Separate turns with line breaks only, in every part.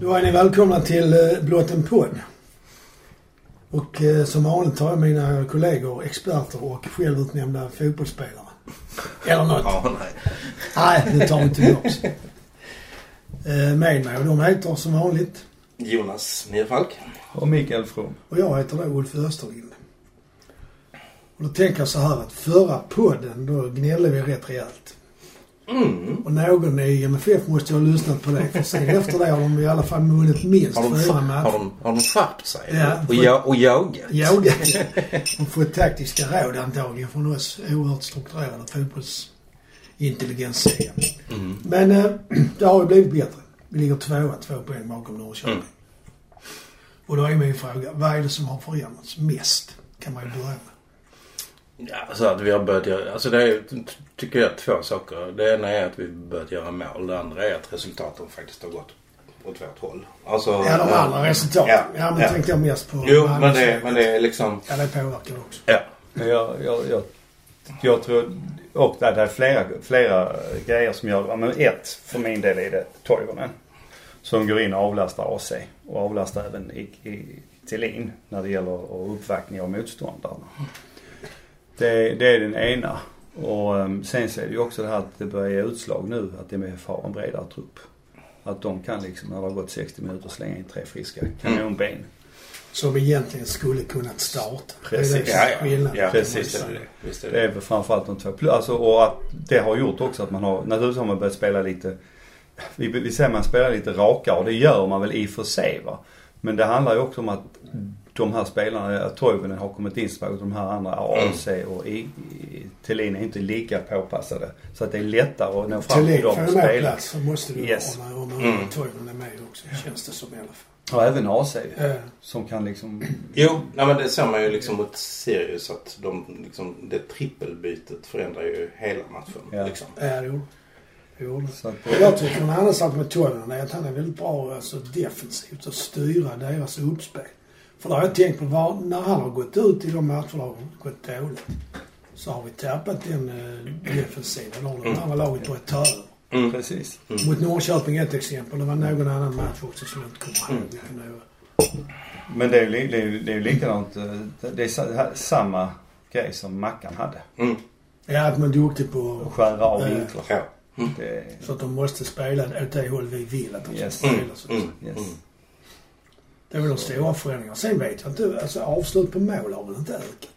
Då är ni välkomna till eh, Blott en podd. Och eh, som vanligt har jag mina kollegor, experter och självutnämnda fotbollsspelare. Eller något.
Ja, nej.
Nej, det tar vi tillbaks. Eh, Med mig och de heter som vanligt.
Jonas Myrfalk.
Och Mikael From.
Och jag heter då Ulf Österlind. Och då tänker jag så här att förra podden då gnällde vi rätt rejält.
Mm.
Och någon i MFF måste ju ha lyssnat på det. För sen efter det har de i alla fall vunnit minst
Har, de,
fyra
skär- har,
matcher.
de, har de skärpt sig?
Ja.
Och, jag, och jagat?
jagat och fått taktiska råd antagligen från oss oerhört strukturerade fotbollsintelligenser.
Mm.
Men eh, det har ju blivit bättre. Vi ligger tvåa, två poäng bakom Norrköping.
Mm.
Och då är min fråga, vad är det som har förändrats mest? Kan man ju börja med.
Ja, så att vi har börjat göra, alltså det är, ty- tycker jag, två saker. Det ena är att vi börjat göra mål. Det andra är att resultaten faktiskt har gått åt vårt håll. Alltså,
Ja, de
eh,
andra resultaten. Ja,
Ja,
men
ja.
tänkte jag mest på.
Jo, men det,
Malmö.
men det är liksom...
Ja, det påverkar också.
Ja.
Men jag, jag, jag, jag tror... Och det är flera, flera grejer som gör det. Men ett för min del är det Toivonen. Som går in och avlastar AC. Och avlastar även i, i Thelin när det gäller och uppvaktning av motståndarna. Det, det är den ena. Och ehm, sen så är det ju också det här att det börjar ge utslag nu att MFF har en bredare trupp. Att de kan liksom, när det har gått 60 minuter, slänga in tre friska kanonben.
Som egentligen skulle kunnat starta.
Precis.
Det är det
Ja,
som är
ja,
skillnaden.
ja,
precis.
Visst är det det. Visst är
Det
det
är väl framförallt de två. Plus- Alltså, och att det har gjort också att man har, naturligtvis har man börjat spela lite, vi, vi säger man spelar lite rakare och det gör man väl i och för sig va. Men det handlar ju också om att de här spelarna, att Toivonen har kommit in så att de här andra, AC och I, I, Thelin är inte lika påpassade. Så att det är lättare att nå fram
Till
till
får
de
du med
spelarna.
plats så måste du
Yes.
om man, om man
Mm.
Toivonen är med också känns det som i alla fall.
Och även AC
Eh,
som kan liksom,
Jo, nej, men det ser man ju liksom mot Sirius att de, liksom, det trippelbytet förändrar ju hela matchen.
Ja.
Liksom.
Ja, det gjorde det gjorde det.
så att,
Jag tycker en annan sak med Toivonen är att han är väldigt bra alltså, defensivt att styra deras uppspel. För då har jag tänkt på var, när han har gått ut i de matcher där det har gått dåligt så har vi tappat den eh, defensiven. Då har det andra laget börjat ta över.
Mm.
precis.
Mot Norrköping är ett exempel. Det var någon annan match också som jag inte kommer ihåg vilken det var.
Men det är ju li- det är ju det är ju likadant, eh, det är sa- samma grej som Mackan hade.
Mm.
Ja, att man är duktig på
Och skära av
Eh,
vinklar.
Ja.
Det,
Så att de måste spela åt det håll vi vill att de ska
Yes.
spela. Så.
Mm.
yes.
Mm.
Det är väl de stora förändringarna. Sen vet jag inte. Alltså avslut på mål har väl inte ökat?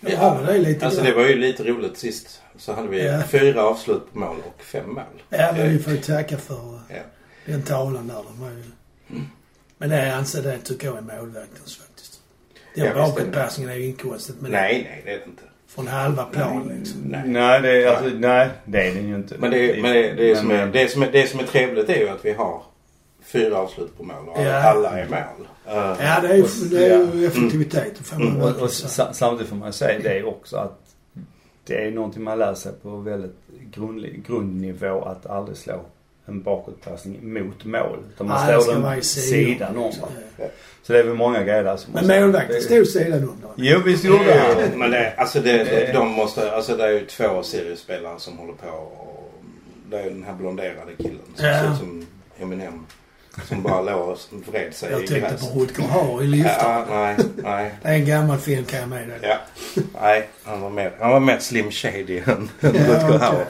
Jag har väl det lite
Alltså det
grann.
var ju lite roligt sist. Så hade vi
Ja.
fyra avslut på mål och fem mål.
Ja, men vi får ju tacka för eh,
Ja.
den tavlan där. De var ju...
Mm.
Men det anser det tycker jag är målvaktens faktiskt. Den
Ja, visst är det.
bakåtpassningen är ju inte konstigt. Men
Nej, Mm. nej det är det inte.
Från halva plan liksom.
Nej.
Nej, det är, alltså, nej, det är den ju inte.
Men, det, men det, det, som är,
men-
det, som är, det som är trevligt är ju att vi har fyra avslut på mål och alla-
Ja.
alla är mål. Eh,
Ja, det är ju, det är ju
Ja. Mm.
effektivitet. Får man
och,
verkligen
och
säga.
sa- samtidigt får man ju säga det också att det är någonting man lär sig på väldigt grundlig, grundnivå att aldrig slå en bakåtpassning mot mål. Utan man
Nej, det ska
slår
vara i
den sidan om. va.
Ja.
Så det är väl många grejer där som...
Men målvakten stod sidan om då.
Jo, visst gjorde han.
Men det, alltså det, det, de måste, alltså det är ju två Sirius-spelare som håller på och det är ju den här blonderade killen som
Ja.
ser ut som Eminem. Som bara låg och vred sig
Jag
i
tänkte på
gräset.
Rutger Hauer i lyften.
Ja, nej, nej.
Det är en gammal film kan jag meddela.
Ja. Nej, han var mer, han var mer Slim Shady än än
Ja,
Rutger
okej.
Hauer.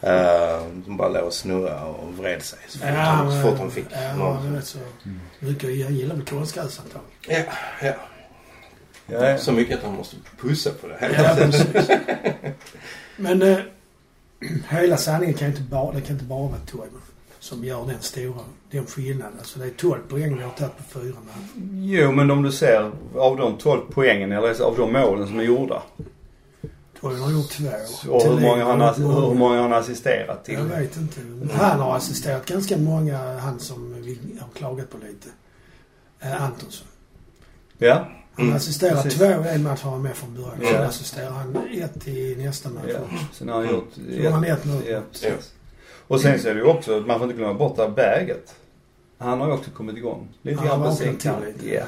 Ja.
Uh, som bara låg och snurrade och vred sig så fort, han, så fort han fick
Ja,
någon.
Mm.
han är rätt så mycket. Jag gillar alltså. väl konstgräs antagligen.
Ja, ja.
Ja, ja.
Så mycket att han måste pussa på det.
Ja, precis. Men eh, hela sanningen kan inte bara, det kan inte bara vara Toivonen som gör den stora, den skillnaden. Alltså det är 12 poäng vi har tagit på fyra matcher.
Jo, men om du ser av de 12 poängen eller av de målen som är gjorda.
Toivonen har gjort två.
Och hur
Thelin
många han,
har gjort
har- hur många han har assisterat
Jag
till.
vet inte. Men Han har assisterat ganska många, han som vi har klagat på lite. Eh, Antonsson.
Ja.
Han
Mm,
assisterar
precis.
två i en match har han med från början. Sen
Ja.
assisterar han ett i nästa match
Ja,
också.
sen har han
Mm.
gjort...
Gjorde han ett mål?
ja, precis. Och sen så är det ju också, man får inte glömma bort det här berget. Han har ju också kommit igång. Lite
Han
grann
har
på
vaknat
sin
till
kant.
lite.
Ja.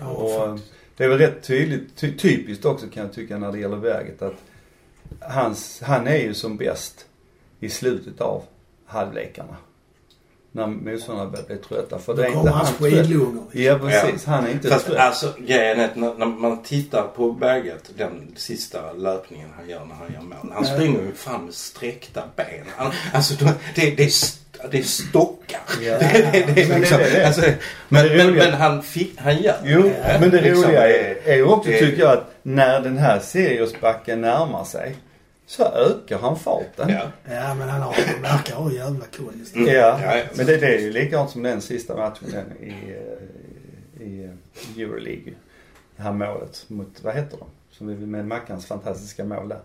Ja,
Och eh,
faktiskt.
det är väl rätt tydligt, ty- typiskt också kan jag tycka när det gäller berget att hans, han är ju som bäst i slutet av halvlekarna. när motståndarna börjar bli trötta. För det
Då
är inte
kommer
han
hans
trött.
skidlungor.
Ja precis, han är inte
Fast
trött.
alltså grejen är att när, när man tittar på berget, den sista löpningen han gör när han gör mål. Han springer ju fram med sträckta ben. Han, alltså då- det, det, är st- det är stockar.
Ja.
Det, det, det,
Men det
är
är
liksom,
det.
alltså, men,
det
men,
roliga-
men han, fick, han gör
Jo, men det
Liksom,
roliga är, är ju också
det-
tycker jag att när den här Siriusbacken närmar sig så ökar han farten.
Ja.
Ja, men han har, han verkar ha jävla cool just
Mm.
Ja,
Ja, ja.
men det, det är ju likadant som den sista matchen den i, eh, i eh, Euroleague. Det här målet mot, vad heter de? Som vi med Mackans fantastiska mål där.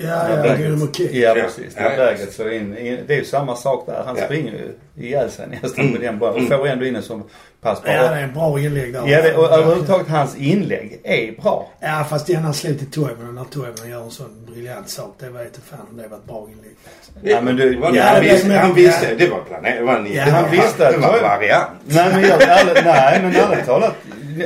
Ja,
När
ja,
Berget-
Dynamo Kick.
Ja,
Ja.
precis.
Ja,
När
ja,
Berget
precis.
slår in. i- Det är ju samma sak där. Han
Ja. Mm.
springer ju ihjäl sig nästan på den bollen. Och får ändå in en som pass på.
Ja, det är en bra inlägg där.
Ja, det, och överhuvudtaget hans inlägg är bra.
Ja, fast det är när han slog till Toivonen. När Toivonen gör en sån briljant sak. Det vet inte fan om det var ett bra inlägg.
Ja, men du-
Det var-
ja,
han,
det-
visste,
men-
han visste, det var planerat. Det var en
Ja,
det var
han
en-
visste att-
Det var en variant.
Nej men jag, ärligt, nej men ärligt talat.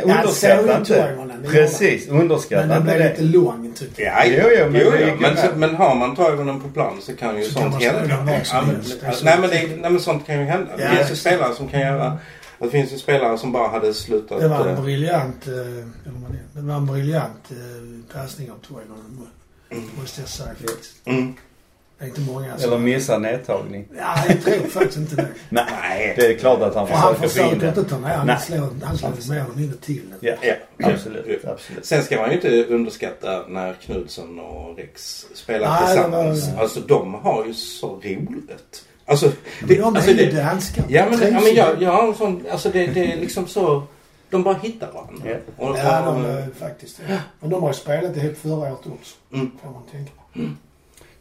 Underskatta
såg inte
inte.
Toivonen, det gjorde
Precis,
Men
underskatta
den
inte
blev lite
det.
lång tyckte jag.
Ja,
Jo, jo, men det gick ju
men,
med.
så- men har man Toivonen på plan så kan ju
Så kan
sånt
man
hända.
spela vad som
Ja, men- alltså,
helst. Det är så
nej, men det, nej men sånt kan ju hända.
Alltså, typ- Ja,
det finns ju
exakt.
spelare som kan göra... Det finns ju spelare som bara hade slutat...
Det var
eh,
en briljant, eh, eller vad det är, det var en briljant eh, passning av Toivonen. Måste jag säga faktiskt.
mm.
Det är inte många
Eller
som...
missa nedtagning.
Ja, jag tror faktiskt inte det.
Nej.
Det är klart att han
För han
försöker få in
försöker
den.
inte ta ner den.
Nej.
Han slår- Han slår mer eller mindre till den.
Ja,
Alltså. Ja.
absolut. absolut.
Sen ska man ju inte underskatta när Knudsen och Rex spelar
Nej,
tillsammans.
det var-
Alltså de har ju så roligt. Alltså, det,
Men de
alltså,
är ju
det,
det handskar.
Ja men, ja,
Trivs
men
ju.
jag, jag har en sån, alltså det, det är liksom så, de bara hittar varandra.
Ja.
Och, och,
Ja, de är faktiskt det. Men de har ju spelat ihop förra året också.
Mm.
Får man tänka.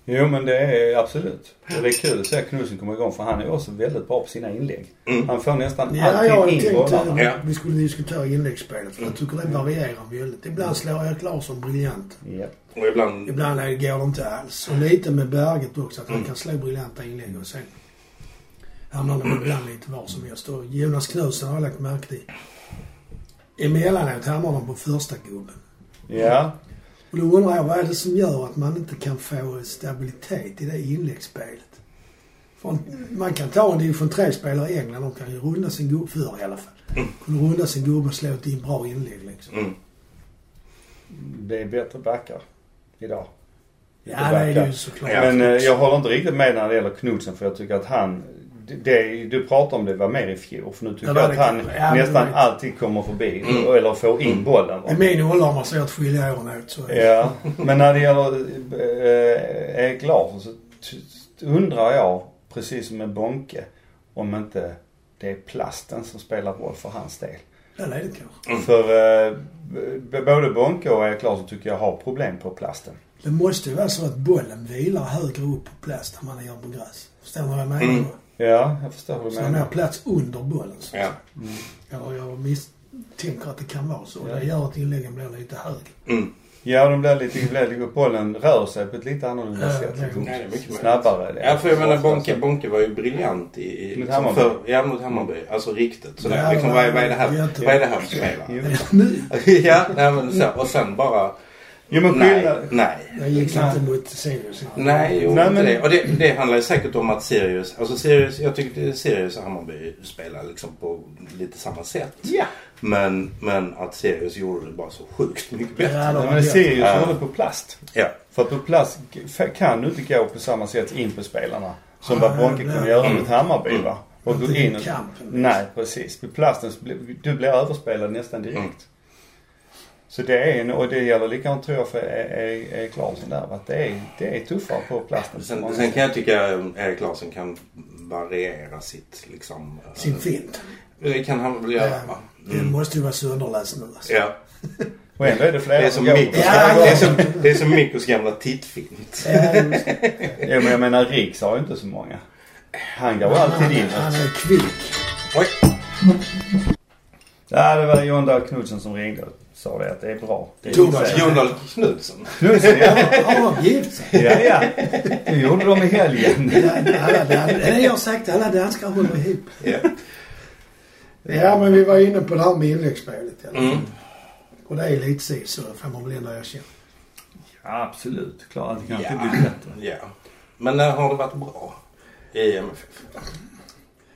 Jo men det är absolut. Och det är kul att se att Knudsen kommer igång för han är också väldigt bra på sina inlägg.
Mm.
Han får nästan
Ja, jag
alltid in
tänkte
bollarna.
att
Ja.
eh,
Mm.
vi skulle diskutera inläggsspelet för jag tycker det varierar väldigt. Ibland slår Erik Larsson briljant.
Ja.
och ibland
Ibland är- går det inte alls. Och lite med Berget också, att
Mm.
han kan slå briljanta inlägg och sen hamnar de ibland lite var som helst. Och Jonas Knutsen har jag lagt märke till. Emellanåt hamnar de på första gubben.
ja.
Och då undrar jag, vad är det som gör att man inte kan få stabilitet i det inläggsspelet? För man kan ta en division 3-spelare i England, de kan ju runda sin gubbe, förr i alla fall, kunde runda sin gubbe och slå ett in bra inlägg liksom.
Mm.
Det är bättre backar idag.
Ja, det är det ju såklart.
Ja.
Men eh, jag håller inte riktigt med när det gäller Knudsen för jag tycker att han det- det, du pratar om det var mer i fjol för nu tycker
Det var Mm.
jag att
det
han
kanske. Ja, men
nästan
det-
alltid kommer förbi eller får in bollen. va?
I min ålder har man svårt att skilja åren åt. Så.
Ja, men när det gäller eh, Erik Larsson så t- undrar jag, precis som med Bonke, om inte det är plasten som spelar roll för hans del.
Eller är det kanske.
För eh, b- både Bonke och Erik Larsson tycker jag har problem på plasten.
Det måste ju vara så att bollen vilar högre upp på plats än man gör på gräs. Förstår ni vad jag menar?
Mm.
Ja, jag förstår
Så
hur du
man har
menar.
plats under bollen. Så.
Ja.
Eller jag misstänker att det kan vara så.
Ja.
Det gör att inläggen blir lite högre.
Mm.
Ja, de blir lite, blir lite, bollen rör sig på ett lite annorlunda
Ja,
sätt.
det är
Liksom.
Ja, det är mycket möjligt.
Snabbare.
Ja, för jag menar Bonke, Bonke var ju briljant i... i
Mot
liksom,
Hammarby.
för, ja, mot Hammarby. Alltså riktigt. Så
Ja,
där, liksom,
men-
vad, är, vad är det här
jätte-
vad är det här för spelare?
Jo.
Är det nu?
ja, nej, men så, och sen bara...
Jo, men
Nej,
skillnad.
nej.
Jag gick
Nej.
inte mot Sirius. här.
Nej, jo,
Nej,
inte
men-
det. Och det, det handlar ju säkert om att Sirius, alltså Sirius, jag tyckte Sirius och Hammarby spelar liksom på lite samma sätt.
Ja.
Men, men att Sirius gjorde det bara så sjukt mycket bättre.
Ja,
Nej,
de
men det
vet.
ser ju
Ja.
som på plast.
Ja.
För att på plats kan du inte gå på samma sätt in på spelarna som
Nej,
vad Bonke
Ah, nej.
kunde göra mot Hammarby va? Och gå
Inte i
in och...
kampen.
Nej precis. På plasten så blir- du blir överspelad nästan
Mm.
direkt. Så det är en, och det gäller likadant tror jag för E- E- Erik Larsson där va? att det är, det är tuffare på plasten. på många
Sen, sen
sätt.
kan jag tycka att Erik Larsson kan variera sitt liksom... eh,
Sin fint.
Det kan han väl göra. va? Mm.
Den måste ju vara sönderläst nu alltså.
Ja.
Och ändå är det flera
Det är som
som går.
Mikkos,
Ja,
det är
ja.
som, det är som Mikkos gamla tittfint.
Ja, just det.
Ja, men jag menar Riks har ju inte så många. Han går alltid in. alltså.
Han är kvick.
Oj!
Ja, det var John Dahl Knudsen som ringde och sa det att det är bra. Det är
Thomas.
John
Jon Dahl Knutsson.
Knudsen ja.
Har de gift sig?
Ja, ja. Det gjorde de i helgen.
Alla dan- Nej, Jag har sagt det, alla danskar håller ihop.
Ja.
Ja, men vi var inne på det här med inläggsspelet. eller?
Mm.
Och det är lite si så får man väl ändå erkänna.
Ja, absolut. Klart att det kan
Ja. eh,
inte bli bättre.
ja. Men när har det varit bra i MFF?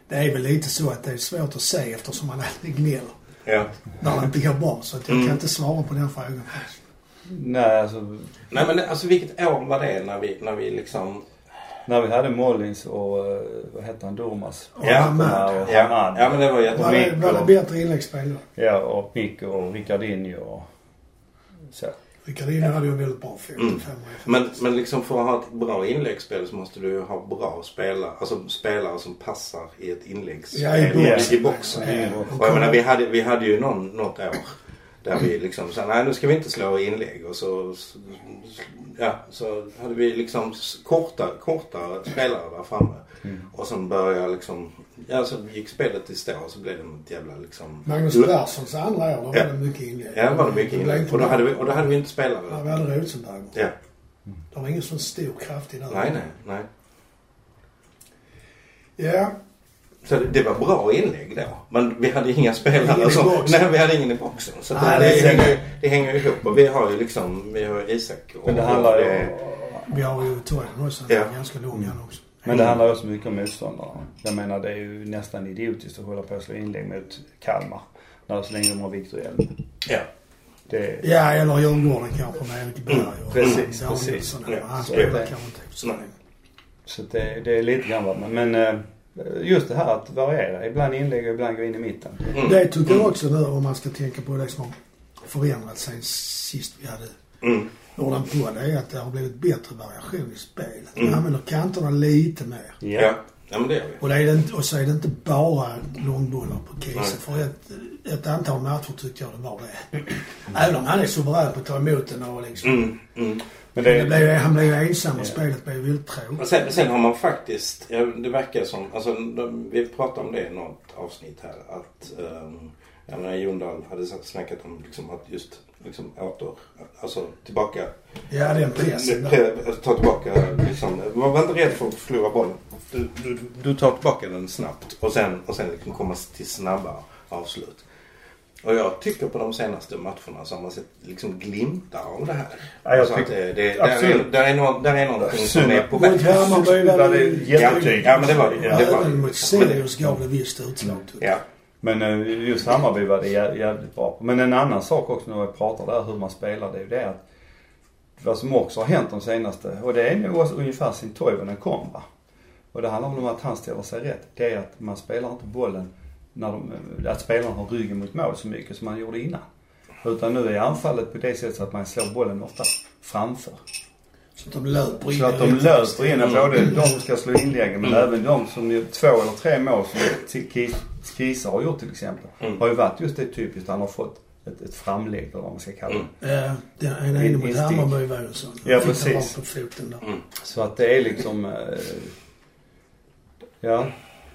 det är väl lite så att det är svårt att se eftersom han alltid gnäller
Ja.
när det inte går bra. Så att jag
Mm.
kan inte svara på den frågan. faktiskt.
Nej, alltså
Nej men alltså vilket år var det när vi, när vi liksom...
när vi hade Mollins och eh, vad hette han, Durmaz?
Och
Ja,
Ahmad,
Ja, och
Ja,
Hamad.
ja men det var
Var
jättebra.
det,
Mikko.
var det bättre inläggsspel då?
Ja, och Pico och Ricardinho och så.
Ricardino hade ju en väldigt bra 55 år.
Men, men liksom för att ha ett bra inläggsspel så måste du ju ha bra spelare. Alltså spelare som passar i ett
Ja, i
inläggsspel.
boxen.
I boxen.
Ja.
Och jag menar, vi hade, vi hade ju någon, något år där vi liksom sa nej nu ska vi inte slå inlägg och så, ja, så hade vi liksom s- korta, korta spelare där framme.
Mm.
Och sen började liksom, ja så gick spelet i stå och så blev det något jävla liksom...
Magnus Perssons andra år, då var
Ja.
det mycket inlägg.
Ja det var det mycket
blev
inlägg.
inte
Och då
bra.
hade vi, och då hade vi inte
Ja,
spelare.
vi hade Rosenberg.
Ja.
Det var ingen sån stor kraft i den.
Nej nej, nej.
Ja,
Så det, det var bra inlägg då. Men vi hade inga
Ingen
spelare
i
som...
boxen.
Nej, vi hade ingen i boxen. Så det,
Nej,
det,
det är-
hänger, ju- det hänger ju ihop. Och vi har ju liksom... Vi har ju Isak och...
Men det handlar
och-
ju
vi har ju Tojan också.
Ja.
Ja. Ganska lång han också.
men det handlar ju också mycket om motståndare. Jag menar det är ju nästan idiotiskt att hålla på och slå inlägg mot Kalmar. När så länge de har Viktor Hjelm.
Ja.
Det,
Ja, eller Djurgården kanske med Erik Berg och
precis,
Danielsson.
precis.
Mm. Ja,
Han
så
är
spelar
det.
kanske inte så
Nej.
länge.
Så att det, det är lite grann vad man- Men eh, just det här att variera. Ibland inlägg och ibland gå in i mitten.
Mm.
Det tycker jag också nu om man ska tänka på det som har förändrats sen sist vi hade
Mm.
Jordan på. Det är att det har blivit bättre variation i spelet. Man
Mm.
använder kanterna lite mer.
Ja.
Ja.
ja. men det gör vi.
Och, det är det, inte- och så är det inte bara långbollar på
Nej.
Kiese. För ett, ett antal matcher tyckte jag det var det. Även om han är suverän på att ta emot den och liksom.
Mm. Mm.
Men
Men det
det,
blev, ju- han blev ju ensam och
Eh. Ja.
spelet blev väldigt tråkigt.
Och sen, sen har man faktiskt... Ja, det verkar som... Alltså, de, vi pratade om det i något avsnitt här. Att... Um, jag menar, Jondal hade sagt- snackat om liksom, att just liksom, åter... Alltså tillbaka...
Ja, den pressen
Nu,
där.
eh, Ta tillbaka liksom. Var var inte rädd för att förlora bollen. Du, du, du tar tillbaka den snabbt och sen, och sen liksom komma till snabba avslut. Och jag tycker på de senaste matcherna så har man sett liksom glimtar av det här.
Ja, jag
Alltså att
tycker-
det, det, där, är,
absolut.
där, är nå- där är någonting som
Absolut.
är på
Mot
väg.
Hammarby var det
Ja, ja, men det var det.
Ja.
det, var
Även mot Sirius gav det visst utslag. typ. tycker jag.
Ja.
Men eh, just Hammarby var det jä- jävligt bra. Men en annan sak också när jag pratar där hur man spelar. Det är ju det att vad som också har hänt de senaste. Och det är nog också ungefär sin Toivonen kom va. Och det handlar om att han ställer sig rätt. Det är att man spelar inte bollen när de, eh, att spelarna har ryggen mot mål så mycket som man gjorde innan. Utan nu är anfallet på det sättet så att man slår bollen ofta framför.
Så att de löper in.
Så att
i
de
rätt
löser in både de som ska slå inläggen men
Mm.
även de som gör två eller tre mål som Ki- Ki- Kisa har gjort till exempel.
Mm.
Har ju varit just det typiskt. Han har fått ett, ett framlägg eller vad man ska kalla
Mm.
det.
Eh, Den ena
In-
inne mot
instinkt.
Hammarby var ju en sån.
Ja,
Fick den
precis.
rakt på foten där.
Mm.
Så att det är liksom... Eh, ja.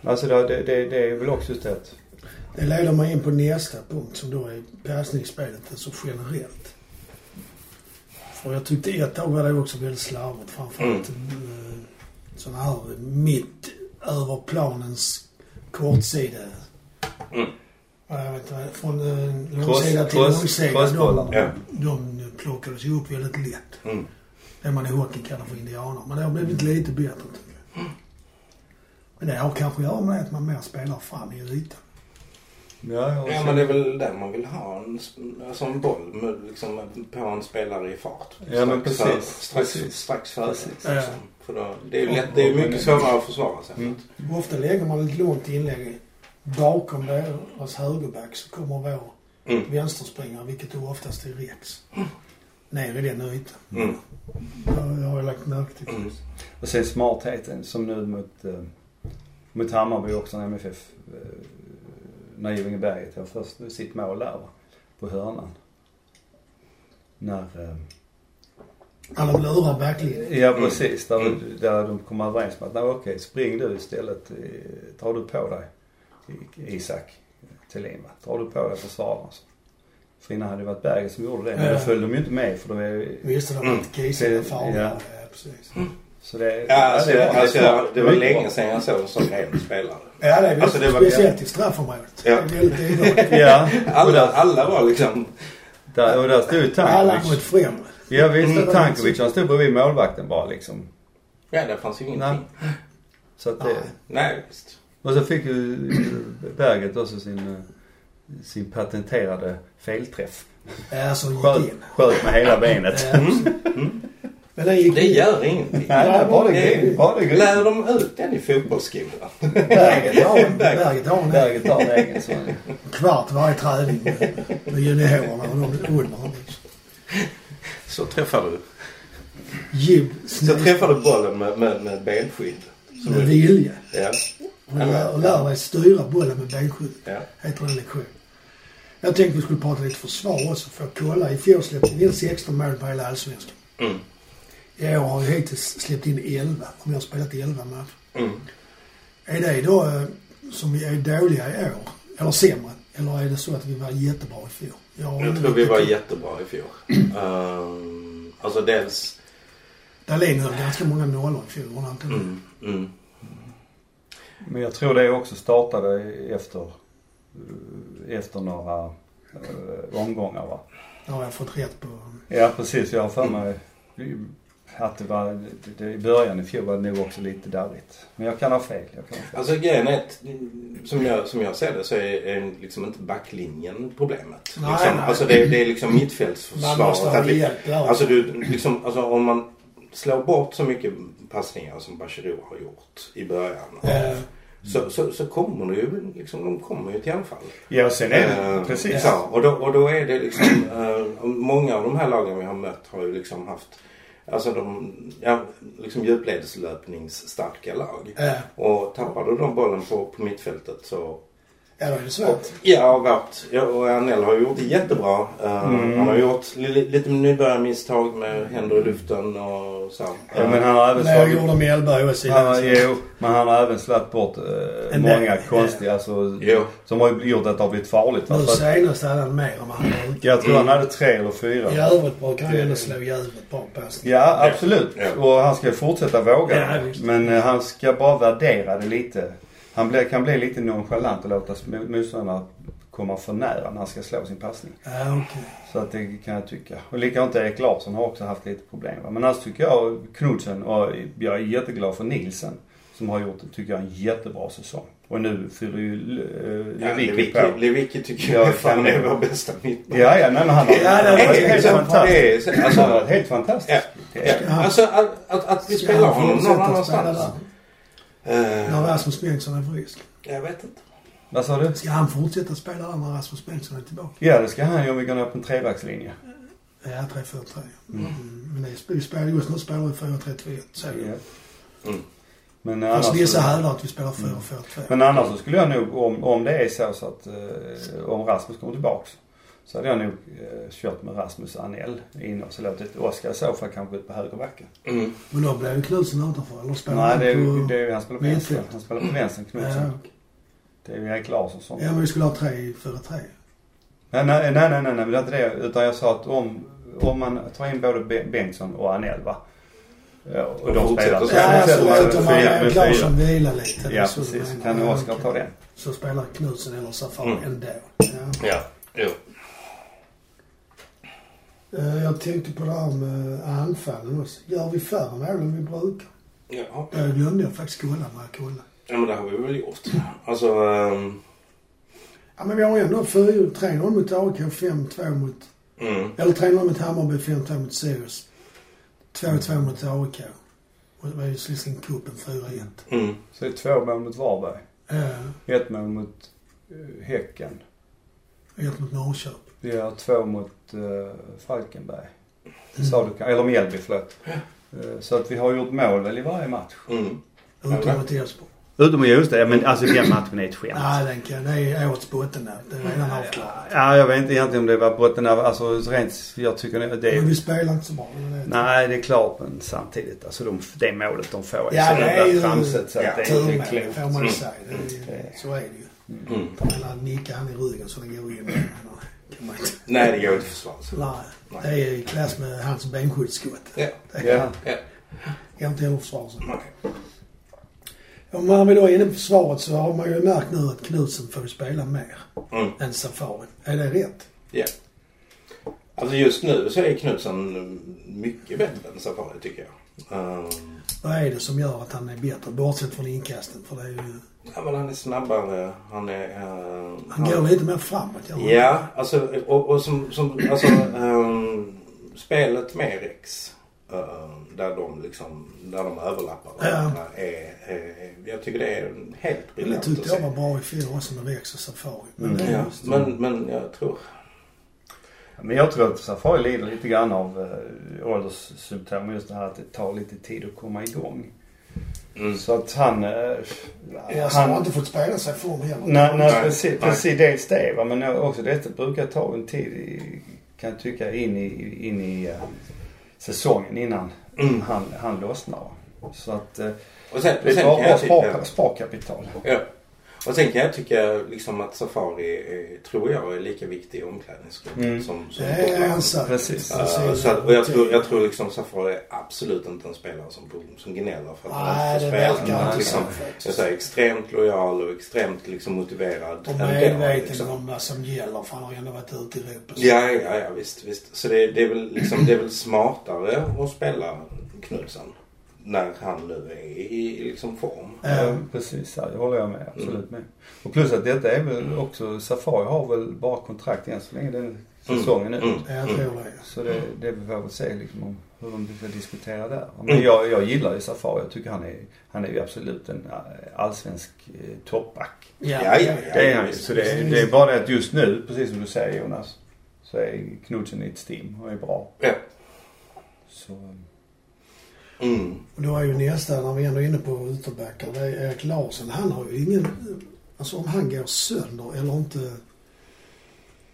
Alltså det, det, det, det är väl också just det att...
Det leder mig in på nästa punkt som då är passningsspelet alltså generellt. För jag tyckte ett tag var det också väldigt slarvigt. Framförallt mm. sådana här mitt över planens kortsida.
Mm.
Ja, Jag vet inte, vad- från eh,
Cross-
långsida till
cross-
långsida.
crossbollar.
De,
Ja.
de plockades ju upp väldigt lätt.
Mm.
Det man i hockeyn kallar för indianer. Men det har blivit lite bättre tycker jag.
Mm.
Men det har kanske att göra med att man mer spelar fram i ytan.
Ja, och
Ja
så-
men det är väl där man vill ha en, alltså en boll med, liksom, på en spelare i fart.
Ja, men precis.
före- strax,
Precis.
strax före.
Precis.
Liksom.
Ja.
För då, det är ju lätt, det är ju mycket svårare att försvara sig
Mm.
mot.
Ofta lägger man ett långt inlägg bakom deras högerback så kommer vår
Mm.
vänsterspringare, vilket då oftast är Rex, ner i den ytan.
Mm.
Det har jag lagt märke till.
Mm.
Och sen smartheten som nu mot, eh, mot Hammarby också när MFF, eh, när Givingeberget har först sitt mål där va, på hörnan. När, eh,
Alla lurar verkligen.
ja precis, där,
Mm.
där de kommer överens om att nej, okej spring du istället, eh, tar du på dig I- Isak Thelin va, tar du på dig försvararen. så. För innan hade det varit Berget som gjorde det, men då
Ja.
följde de ju inte med för de är,
Visst, det var
Mm.
lite kisiga
Det-
faror.
ja.
Ja. precis.
så det,
Ja, alltså,
det,
det, alltså, jag- det var
mycket bra.
länge sedan jag såg en sån hel spelare.
Ja, det är väldigt
Alltså, det var-
speciellt i straffområdet.
Ja.
Det är väldigt idrottigt.
Ja, och
Alla,
där,
alla var liksom...
där, och där stod ju
Alla mot
Tankovic.
främre.
Ja visst, mm. Tankovic han stod bredvid målvakten bara liksom.
Ja, det fanns ju ingenting.
Nej.
Nej,
Så att det,
Nej.
Nej visst.
Och så fick ju Berget också sin, eh, sin patenterade felträff.
Ja, så gick
Sköt,
in.
sköt med hela benet.
Ja. Men den gick
Det
in.
gör ingenting.
Nej, var det grymt? Var det
Mm. Lär
grymt?
dem ut den i fotbollsskolan.
Berget har en, Berget har en
Berget har en egen sån.
kvart varje träning med, med juniorerna och de under. liksom.
Så träffar du.
Jim
Så
snö
träffar du bollen med, med, med benskydd. Så
med
du,
vilja.
ja.
Och lär, och lär dig styra bollen med benskyddet.
Ja.
heter den lektionen. Jag tänkte vi skulle prata lite försvar också för att kolla. I fjol släppte vi in 16 mål på hela allsvenskan.
Mm.
I år har vi hittills släppt in 11 om jag har spelat 11 matcher.
Mm.
Är det då eh, som vi är dåliga i år? Eller sämre? Eller är det så att vi var jättebra i fjol? har
Jag
ingen
tror vi
riktigt-
var jättebra i fjol. Ehm, alltså dels...
Dahlin höll ganska många nollor i fjol, gjorde han inte det?
Mm, mm.
Men jag tror det också startade efter, efter några eh, omgångar va?
Det har jag fått rätt på.
Ja precis, jag har för mig att det var, det- det, i början i fjol var det nog också lite darrigt. Men jag kan ha fel. Jag kan ha fel.
Alltså grejen är att som jag, som jag ser det så är, är liksom inte backlinjen problemet.
Nej,
liksom,
nej.
Alltså det, är- det är liksom
Man måste
mittfältsförsvaret.
ha
Att vi-
hjälp där.
Alltså, du, liksom, alltså om man slår bort så mycket passningar som Bachirou har gjort i början.
Eh,
Så, så, så kommer det ju, liksom, de kommer ju till anfall.
Ja och sen är det,
Ehm,
Eh,
precis.
Ja, och, då, och då är det liksom, eh, många av de här lagen vi har mött har ju liksom haft Alltså de, ja, liksom djupledslöpningsstarka lag.
eh,
Och tappar du de bollen på, på mittfältet så...
ja, då är det svårt.
Ja, och vart, ja, och Arnell har gjort det jättebra. Eh,
Mm.
Han har gjort li, lite nybörjarmisstag med händer i luften och så. här.
Ja, men han har även
Nej, jag
slagit...
gjorde det med Elfberg också.
Han har, jo, men han har även släppt bort eh,
En
många
del,
konstiga alltså,
Jo.
som har gjort att det har blivit farligt. va?
Nu Mm.
För att-
senast hade han mer om han har
Jag tror han hade tre eller fyra.
I övrigt brukar han ändå slå jävligt bra passningar.
Ja, absolut.
Ja.
Och han ska ju fortsätta våga.
Ja, visst.
men eh, han ska bara värdera det lite. Han blir, kan bli lite nonchalant och låta sm- motståndarna komma för nära när han ska slå sin passning.
Ja, okej.
Så att det kan jag tycka. Och likadant Erik Larsson har också haft lite problem. va. Men annars tycker jag Knudsen och jag är jätteglad för Nilsen. Som har gjort, tycker jag, en jättebra säsong. Och nu fyller ju eh,
Ja,
Lewicki
Lewicki-
på.
Lewicki tycker
Ja,
jag fan
kan-
är vår bästa mittback.
Ja, ja, nej men han har
Ja, det är
han har varit helt
liksom- det är-
fantastisk. Han
alltså-
har varit helt fantastisk.
Ja, ja. Alltså att, att, att vi spelar
han
honom någon
fortsätter att spela
annanstans.
där?
Eh,
När Rasmus Bengtsson är frisk.
jag vet inte.
Vad sa du?
Ska han fortsätta spela där när Rasmus Bengtsson är tillbaka?
Ja, det ska han ju om vi går ner på en trebackslinje.
Ja, 3-4-3. Mm. Men det är- vi spelar just nu spelar vi 4-3-2-1. Så är det.
Mm.
Men eh,
Fast
annars,
vissa Alltså, hävdar att vi spelar 4-4-2.
alltså- men annars så skulle jag nog, om, om det är så, så att eh, om Rasmus kommer tillbaks så hade jag nog eh, kört med Rasmus Anell in och så låtit Oskar i så fall kanske ut på högerbacken.
Mm.
Men då blir ju Knutsen utanför. Eller spelar
Nej,
han
det är, ju-
på-
det är, ju- han spelar på
Mittfält.
vänstern. Han spelar på vänstern, Knutsson.
Ja,
Det är ju Erik Larsson som...
ja, men vi skulle ha 3-4-3.
Nej, nej, nej, nej, nej, men det är inte det. Utan jag sa att om, om man tar in både Be- Bengtsson och Anell va. Ja, och,
Och
de
fortsätter
spelar
så.
så-
Ja,
sen-
så
så-
sen-
låter man
fyra
med
Erik Larsson
fyra.
vila lite.
Ja,
Så-
precis. Så kan Oskar ta den.
Så spelar Knutsen eller Safar
Mm.
ändå. Ja.
Ja, jo.
Eh, Jag tänkte på det här med anfallen också. Gör vi färre mål än vi brukar?
Ja.
Det glömde jag faktiskt kolla när jag kollade.
ja, men det har vi väl gjort. Alltså, ehm,
Ja, men vi har ändå fyra- 3-0 mot AIK, 5-2 mot...
mm.
Eller 3-0 mot Hammarby, 5-2 mot Sirius. 2-2 mot AIK. Och det var ju Svenska cupen 4-1.
Mm.
Så det är två mål mot Varberg.
Eh,
Ett mål mot eh, Häcken.
Ett mot Norrköping.
Vi har två mot eh, Falkenberg.
Mm.
Det sa du kan- Eller Mjällby, förlåt. Eh, Så att vi har gjort mål väl i varje match.
Mm.
Utom mot Elfsborg.
Utom just det, ja, men alltså den matchen är ett skämt.
Nej, den kan, det är årets bottennapp. Det är redan avklarat.
Ja, jag vet inte egentligen om det var botten av, alltså rent, jag tycker det- det
Men
är...
vi spelar inte så bra. det vet jag.
Nej, det är klart men samtidigt, alltså de, det målet de får är
Ja,
så
det är ju
jävla tramsigt så att
ja,
det är
Tur
inte
med det,
klokt.
får man ju säga. Det är, så är det ju.
Mm.
Eller nickar han i ryggen så den går in. Nej, kan man inte.
Nej, det går inte försvar. så.
Nej, det är i klass med hans benskyddsskott.
Ja.
Ja.
Ja.
Jag inte heller försvaret.
Nej.
Om man vill då är inne på försvaret så har man ju märkt nu att Knutsen får spela mer
Mm.
än Safari. Är det rätt?
Ja. Alltså just nu så är Knutsson mycket bättre än Safari tycker jag. Ehm,
Vad är det som gör att han är bättre? Bortsett från inkasten. För det är ju,
ja, men han är snabbare. Han är... eh,
han går lite mer framåt. gör han?
Ja, alltså och, och som, som alltså, ehm, spelet med Rex. ehm, där de liksom, där de överlappar
Ja.
varandra är, är, jag tycker det är helt
Det
briljant att
tyckte jag var
se. Mm.
bra i fjol också med Rex och Safari. Men det är
Ja,
just-
men, men jag tror,
Men jag tror att Safari lider lite grann av eh, ålderssymptom. Just det här att det tar lite tid att komma igång.
Mm.
Så att han... eh,
Alltså, han har
han
inte fått spela sig från heller.
nej, nej,
Nej,
precis,
nej.
precis dels det va. Men också detta brukar ta en tid, i- kan jag tycka, in i, in i eh, säsongen innan
Mm.
han, han lossnar. Så att eh,
och sen,
det är
sen
ett bra,
kan
bra
jag
spar,
tycka,
sparkapital.
ja. Och sen kan jag tycka liksom att Safari är, tror jag är lika viktig i omklädningsrummet
Mm.
som, som
Det är
Bobban.
han sagt.
Precis.
Eh,
Precis.
så att, och jag tror, jag tror liksom Safari är absolut inte en spelare som, som gnäller för att han
Nej,
inte
det
får spela.
verkar
Han
inte
liksom,
så
jag
faktiskt.
säger, extremt lojal och extremt liksom motiverad.
Och
ändå,
medveten
liksom.
om vad som gäller för han har ändå varit ute i Europa.
Ja, ja, ja visst, visst. Så det, det, är väl, liksom, det är väl smartare att spela Knutsen när han nu är i, i liksom form.
Ja,
Eh,
precis. Ja, det håller jag med. Absolut med. Och plus att detta är väl också, Safari har väl bara kontrakt än så länge den säsongen
Mm,
ut.
mm.
jag tror det.
Så det, det vi får väl se liksom om hur de vill diskutera där. Men jag, jag gillar ju Safari. Jag tycker han är, han är ju absolut en eh, allsvensk eh, toppback.
Ja, ja, ja.
Det är han ju.
visst.
Så det, är- det är bara det att just nu, precis som du säger Jonas, så är Knudsen i ett stim och är bra.
Ja.
Så,
Mm.
Och då är ju nästa, när vi ändå är inne på ytterbackar, det är Erik Larsson. Han har ju ingen... Alltså om han går sönder eller inte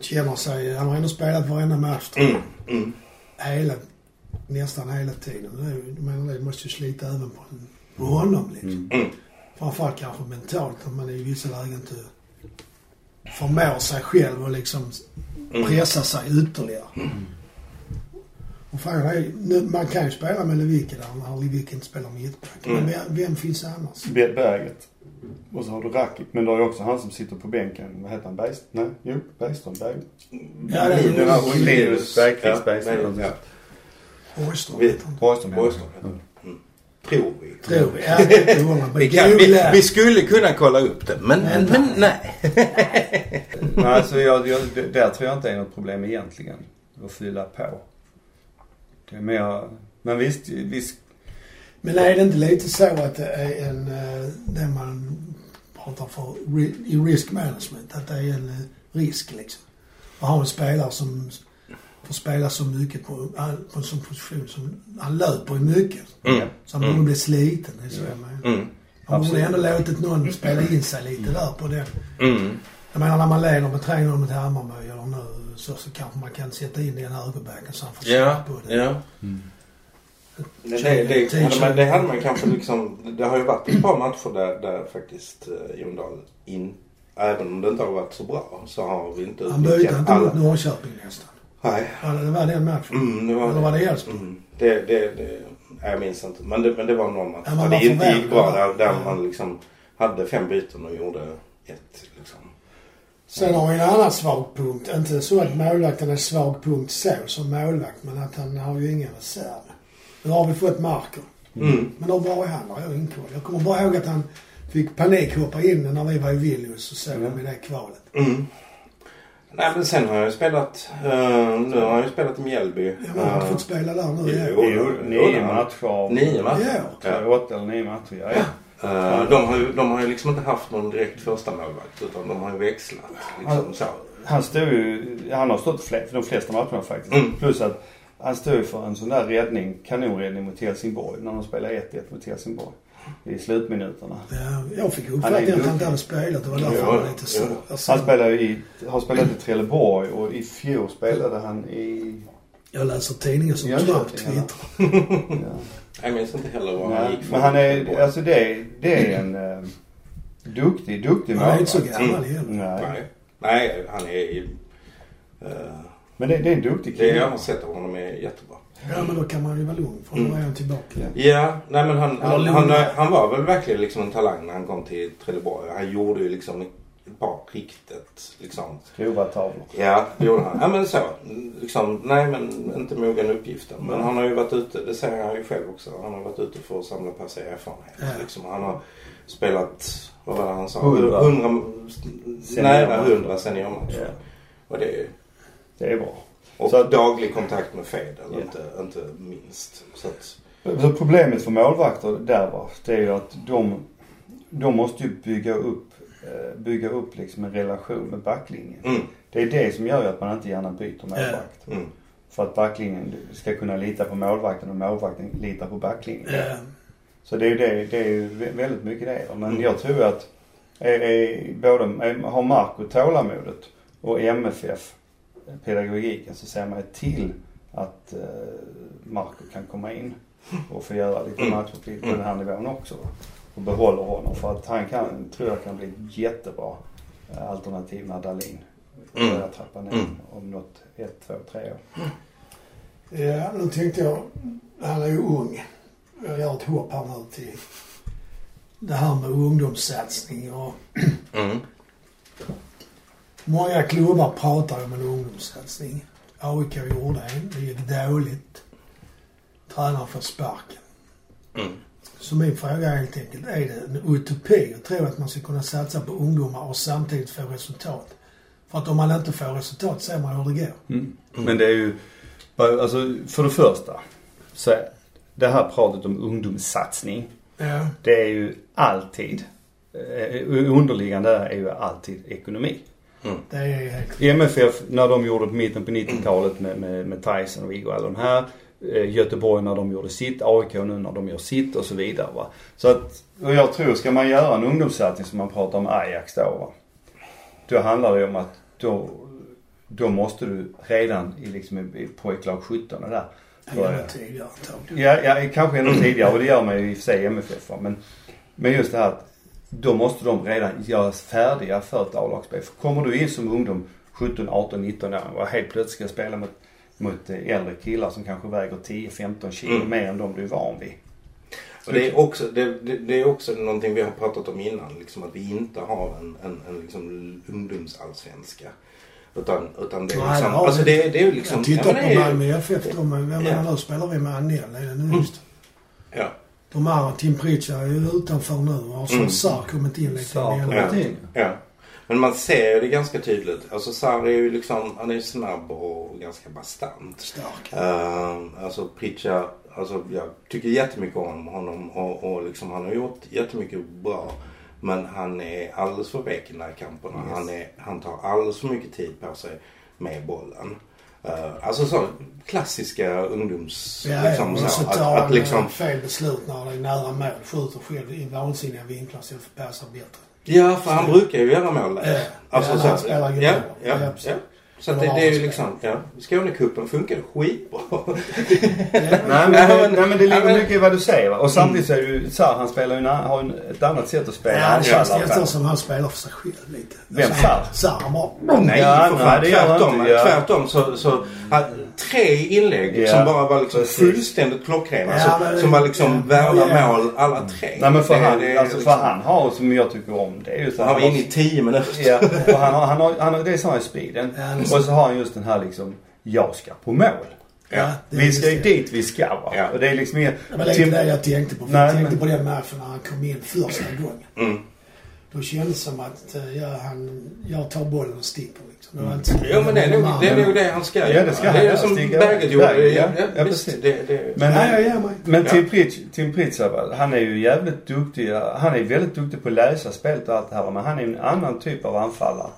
känner sig... Han har ändå spelat varenda match tror jag.
Mm. Mm.
hela, nästan hela tiden. Det är ju- Jag menar det måste ju slita även på, på honom liksom.
Mm.
Framförallt kanske mentalt, om man i vissa lägen inte förmår sig själv och liksom
Mm.
pressa sig ytterligare. Och frågan är, nu, man kan ju spela med Lewicki där när Lewicki inte spelar mittback.
Mm.
Men vem, vem finns annars?
Be- Berget. Och så har du Rakip. Men du har ju också han som sitter på bänken. Vad heter han? Bergst? Nej, jo, Bergström. Berg.
Ja, det är
Den här
ju
Linus Bergqvist
Ja,
Bergström.
nej, ja.
Borgström.
Vi-
vet jag inte.
Borgström. ja.
Borgström.
Mm.
Mm. Tror vi.
Tror vi. Ja, det är inte hundra, men
Vi, kan, vi,
googla.
vi skulle kunna kolla upp det, men, men, men nej.
Nej, alltså jag, jag, det- där tror jag inte är något problem egentligen. Att fylla på. Det är mer... Men visst, visst.
Men är det inte lite så att det är en, eh, det man pratar för ri- i risk management, att det är en eh, risk liksom? Att ha en spelare som får spela så mycket på, på en sån position som, han löper ju mycket.
Mm.
Så han borde bli sliten, det är så jag menar.
Mm.
Man borde
absolut.
ändå låtit någon spela in sig lite där på det.
Mm.
Jag menar när man leder med 3-0 mot Hammarby eller nu så, så kanske man kan sätta in den högerbacken så han får
Ja,
på det.
ja. Det,
Kör-
det, det, hade man, det
t-shirt.
hade man kanske liksom... Det har ju varit ett par matcher där, där faktiskt eh, Jon Dahl in, Även om det inte har varit så bra så har vi inte
Han byter
utnyttjat
inte mot
alla.
Norrköping nästan.
Nej.
Ja, det var den matchen.
Mm, det var
Eller var det alltså. Elfsborg?
Mm. Det, det, det, nej, jag minns inte. Men det, men det var någon match
Ja, man
där det
var
inte
förvärvad.
gick bra. Där, där
Ja.
man liksom hade fem byten och gjorde ett. Liksom.
Sen har vi en annan svag punkt. Inte så att målvakten är svag punkt så, som målvakt, men att han har ju ingen reserv. Nu har vi fått Marker.
Mm.
Men då var han? Har jag ingen koll. Jag kommer bara ihåg att han fick panikhoppa in när vi var i Vilnius och såg honom i det kvalet.
Mm. Nej men sen har jag ju spelat, eh, nu har jag ju spelat i Mjällby.
Jag har inte
Eh,
fått spela där nu
Jo,
igen.
Jo,
jo,
nio
jo,
matcher.
Nio matcher.
Ja.
Tror jag, Åtta eller nio matcher, ja. ja.
Eh, de, har ju, de har ju liksom inte haft någon direkt första målvakt utan de har ju växlat. Liksom, så.
Han stod ju, han har stått fle- för de flesta matcherna faktiskt.
Mm.
Plus att han stod ju för en sån där räddning, kanonräddning mot Helsingborg när de spelade 1-1 mot Helsingborg. I slutminuterna.
Ja, jag fick
Han är
uppfattningen att han
duktig.
inte hade spelat. Det var därför
Ja,
han var lite
ja.
sur. Jag
Han
sa-
spelar ju i, har spelat i Trelleborg och i fjol spelade han i...
Jag läser tidningen som
Ja, det
snabbt
är det.
twittrar.
Ja.
Jag minns inte heller vad han
Nej,
gick för.
men han är, alltså det, det är en eh, duktig, duktig
Han är inte så
målvakt.
gammal heller.
Nej.
Nej. Nej, han är ju... eh,
Men det, det är en duktig
det jag
kille.
har sett av honom är jättebra.
Ja, men då kan man ju vara lugn, för nu är han tillbaka.
Mm. Ja.
Ja, nej men han, han,
Eller
han,
Lundberg.
han var väl verkligen liksom en talang när han kom till Trelleborg. Han gjorde ju liksom ett par riktigt liksom
Grova tavlor.
Ja, det gjorde han. Ja, men så. Liksom, nej, men inte mogen uppgiften. Men
Mm.
han har ju varit ute, det säger han ju själv också, han har varit ute för att samla på sig erfarenhet.
Ja.
Liksom, han har spelat, vad var det han sa?
Hundra.
hundra nära
Seniormatcher.
hundra seniormatcher.
Ja.
Och, det,
Det är bra.
och
Så-
daglig kontakt med Fedel,
Ja.
inte, inte minst. Så att,
Så problemet för målvakter där va, det är ju att de, de måste ju bygga upp, eh, bygga upp liksom en relation med backlinjen.
mm,
Det är det som gör att man inte gärna byter målvakt.
mm,
För att backlinjen ska kunna lita på målvakten och målvakten litar på backlinjen.
Eh,
Så det är ju det, det är ju vä- väldigt mycket det. Men
Mm.
jag tror att är, är, både, är, har Marco tålamodet och MFF pedagogiken så ser man ju till att eh, Marco kan komma in och få göra lite
Mm.
matcher på, på
Mm.
den här nivån också. va. Och behåller honom för att han kan, tror jag kan bli ett jättebra eh, alternativ när Dahlin
Mm.
börjar trappa ner
Mm.
om något, ett, två, tre år.
Ja, nu tänkte jag, han är ju ung. Jag gör ett hopp här nu till det här med ungdomssatsning och
mm,
många klubbar pratar om en ungdomssatsning. AIK gjorde en, det gick dåligt. Tränaren får sparken.
mm.
Så min fråga är helt enkelt, är det en utopi att tro att man ska kunna satsa på ungdomar och samtidigt få resultat? För att om man inte får resultat ser man hur det går.
Mm. Men det är ju, alltså för det första. Så det här pratet om ungdomssatsning.
Ja.
Det är ju alltid, eh, underliggande där är ju alltid ekonomi.
Det är helt...
MFF när de gjorde på mitten på 90-talet med, med, med Tyson och Igor och alla de här. eh, Göteborg när de gjorde sitt, AIK nu när de gör sitt och så vidare. Va? Så att, och jag tror, ska man göra en ungdomssatsning som man pratar om Ajax då va. Då handlar det ju om att då, då måste du redan i liksom i- i pojklag 17 och där.
Det är tidigare antagligen.
Ja, ja kanske ännu tidigare och det gör man ju i och för sig i MFF. va, Men, men just det här att då måste de redan göras färdiga för ett A-lagsspel. För kommer du in som ungdom 17, 18, 19 år och helt plötsligt ska spela mot, mot eh, äldre killar som kanske väger 10-15 kilo
Mm.
mer än de du är van vid.
Och det, är också, det, det, det är också någonting vi har pratat om innan. Liksom att vi inte har en, en, en liksom ungdomsallsvenska. Utan, utan det är
Nej,
liksom...
det har vi
alltså det, är- det är ju liksom...
Jag tittar
men
på
det är-
Malmö FF. De, jag menar,
Ja. Mm.
nu spelar vi med Annell. Är det nu just?
Ja.
De andra, Tim Pritchard är ju utanför nu och har som
Mm.
Sarr kommit in lite
Sarr
igen.
kommer
Ja.
Något in.
ja. Men man ser ju det ganska tydligt. Alltså Sarri är ju liksom... Han är ju snabb och ganska bastant.
Stark.
Eh, alltså Pritcha, alltså jag tycker jättemycket om honom och, och liksom han har gjort jättemycket bra. Men han är alldeles för väck i närkamperna.
Yes.
Han, är, han tar alldeles för mycket tid på sig med bollen. Eh, alltså så klassiska ungdoms...
Ja,
liksom,
och så
så, att,
tar han
att liksom,
eh, fel beslut när det är nära mål. Skjuter själv i vansinniga vinklar istället för att passa bättre.
ja, för han brukar ju göra mål
Ja,
där. Alltså,
ja,
så,
han spelar ju
ja,
bra.
ja,
Ja,
ja.
precis.
Så att det,
Det var
det är ju
han
liksom... Ja. Skånecupen funkar skitbra.
Nej
Nej,
men,
men-
nej, men det ligger
nej, men- Mm.
mycket i vad du säger va. Och samtidigt så är det ju Sarr, han spelar ju en, annan- har ju en- ett annat sätt att spela.
Ja,
Han
det känns
faller fram.
nästan som han spelar för sig själv lite.
Vem,
Alltså,
Sarr?
Sarr, han bara...
Nej,
Ja,
för
nej,
fan.
det gör han
tvärtom.
inte, ja.
tvärtom så, så han, tre inlägg
Ja,
som bara var liksom
precis.
fullständigt klockrena.
Ja,
så,
men-
som var liksom
ja,
värda
ja.
mål alla tre.
Nej men för
Det-
han,
det är
alltså,
liksom-
för han har, som jag tycker om, det är ju så
Han var
måste-
inne i tio minuter.
Ja, och han har, han har, han har dels har han speeden
Ja, det är så.
och så har han just den här liksom, jag ska på mål.
Ja.
det är
Vi ska
just det.
dit vi ska va.
Ja.
Och det är liksom inget...
Det var lite
Tim-
det jag tänkte på. För
Nej,
jag tänkte
men-
på den matchen när han kom in första gången.
Mm.
Då kändes det som att eh, ja, han, jag tar bollen och sticker liksom. Det var inte så-
Jo men det är nog det, är nog det han ska
Ja, det ska han
Det är
göra.
som
Sticka
Berget
iväg.
gjorde.
Berget,
Ja,
ja.
ja,
Ja,
visst.
precis.
Det, det,
Men,
Nej, jag ger mig.
men
Ja.
Tim, Pritch, Tim Pritchard, va, han är ju jävligt duktig. Han är väldigt duktig på att läsa spelet och allt det här va, men han är en annan typ av anfallare.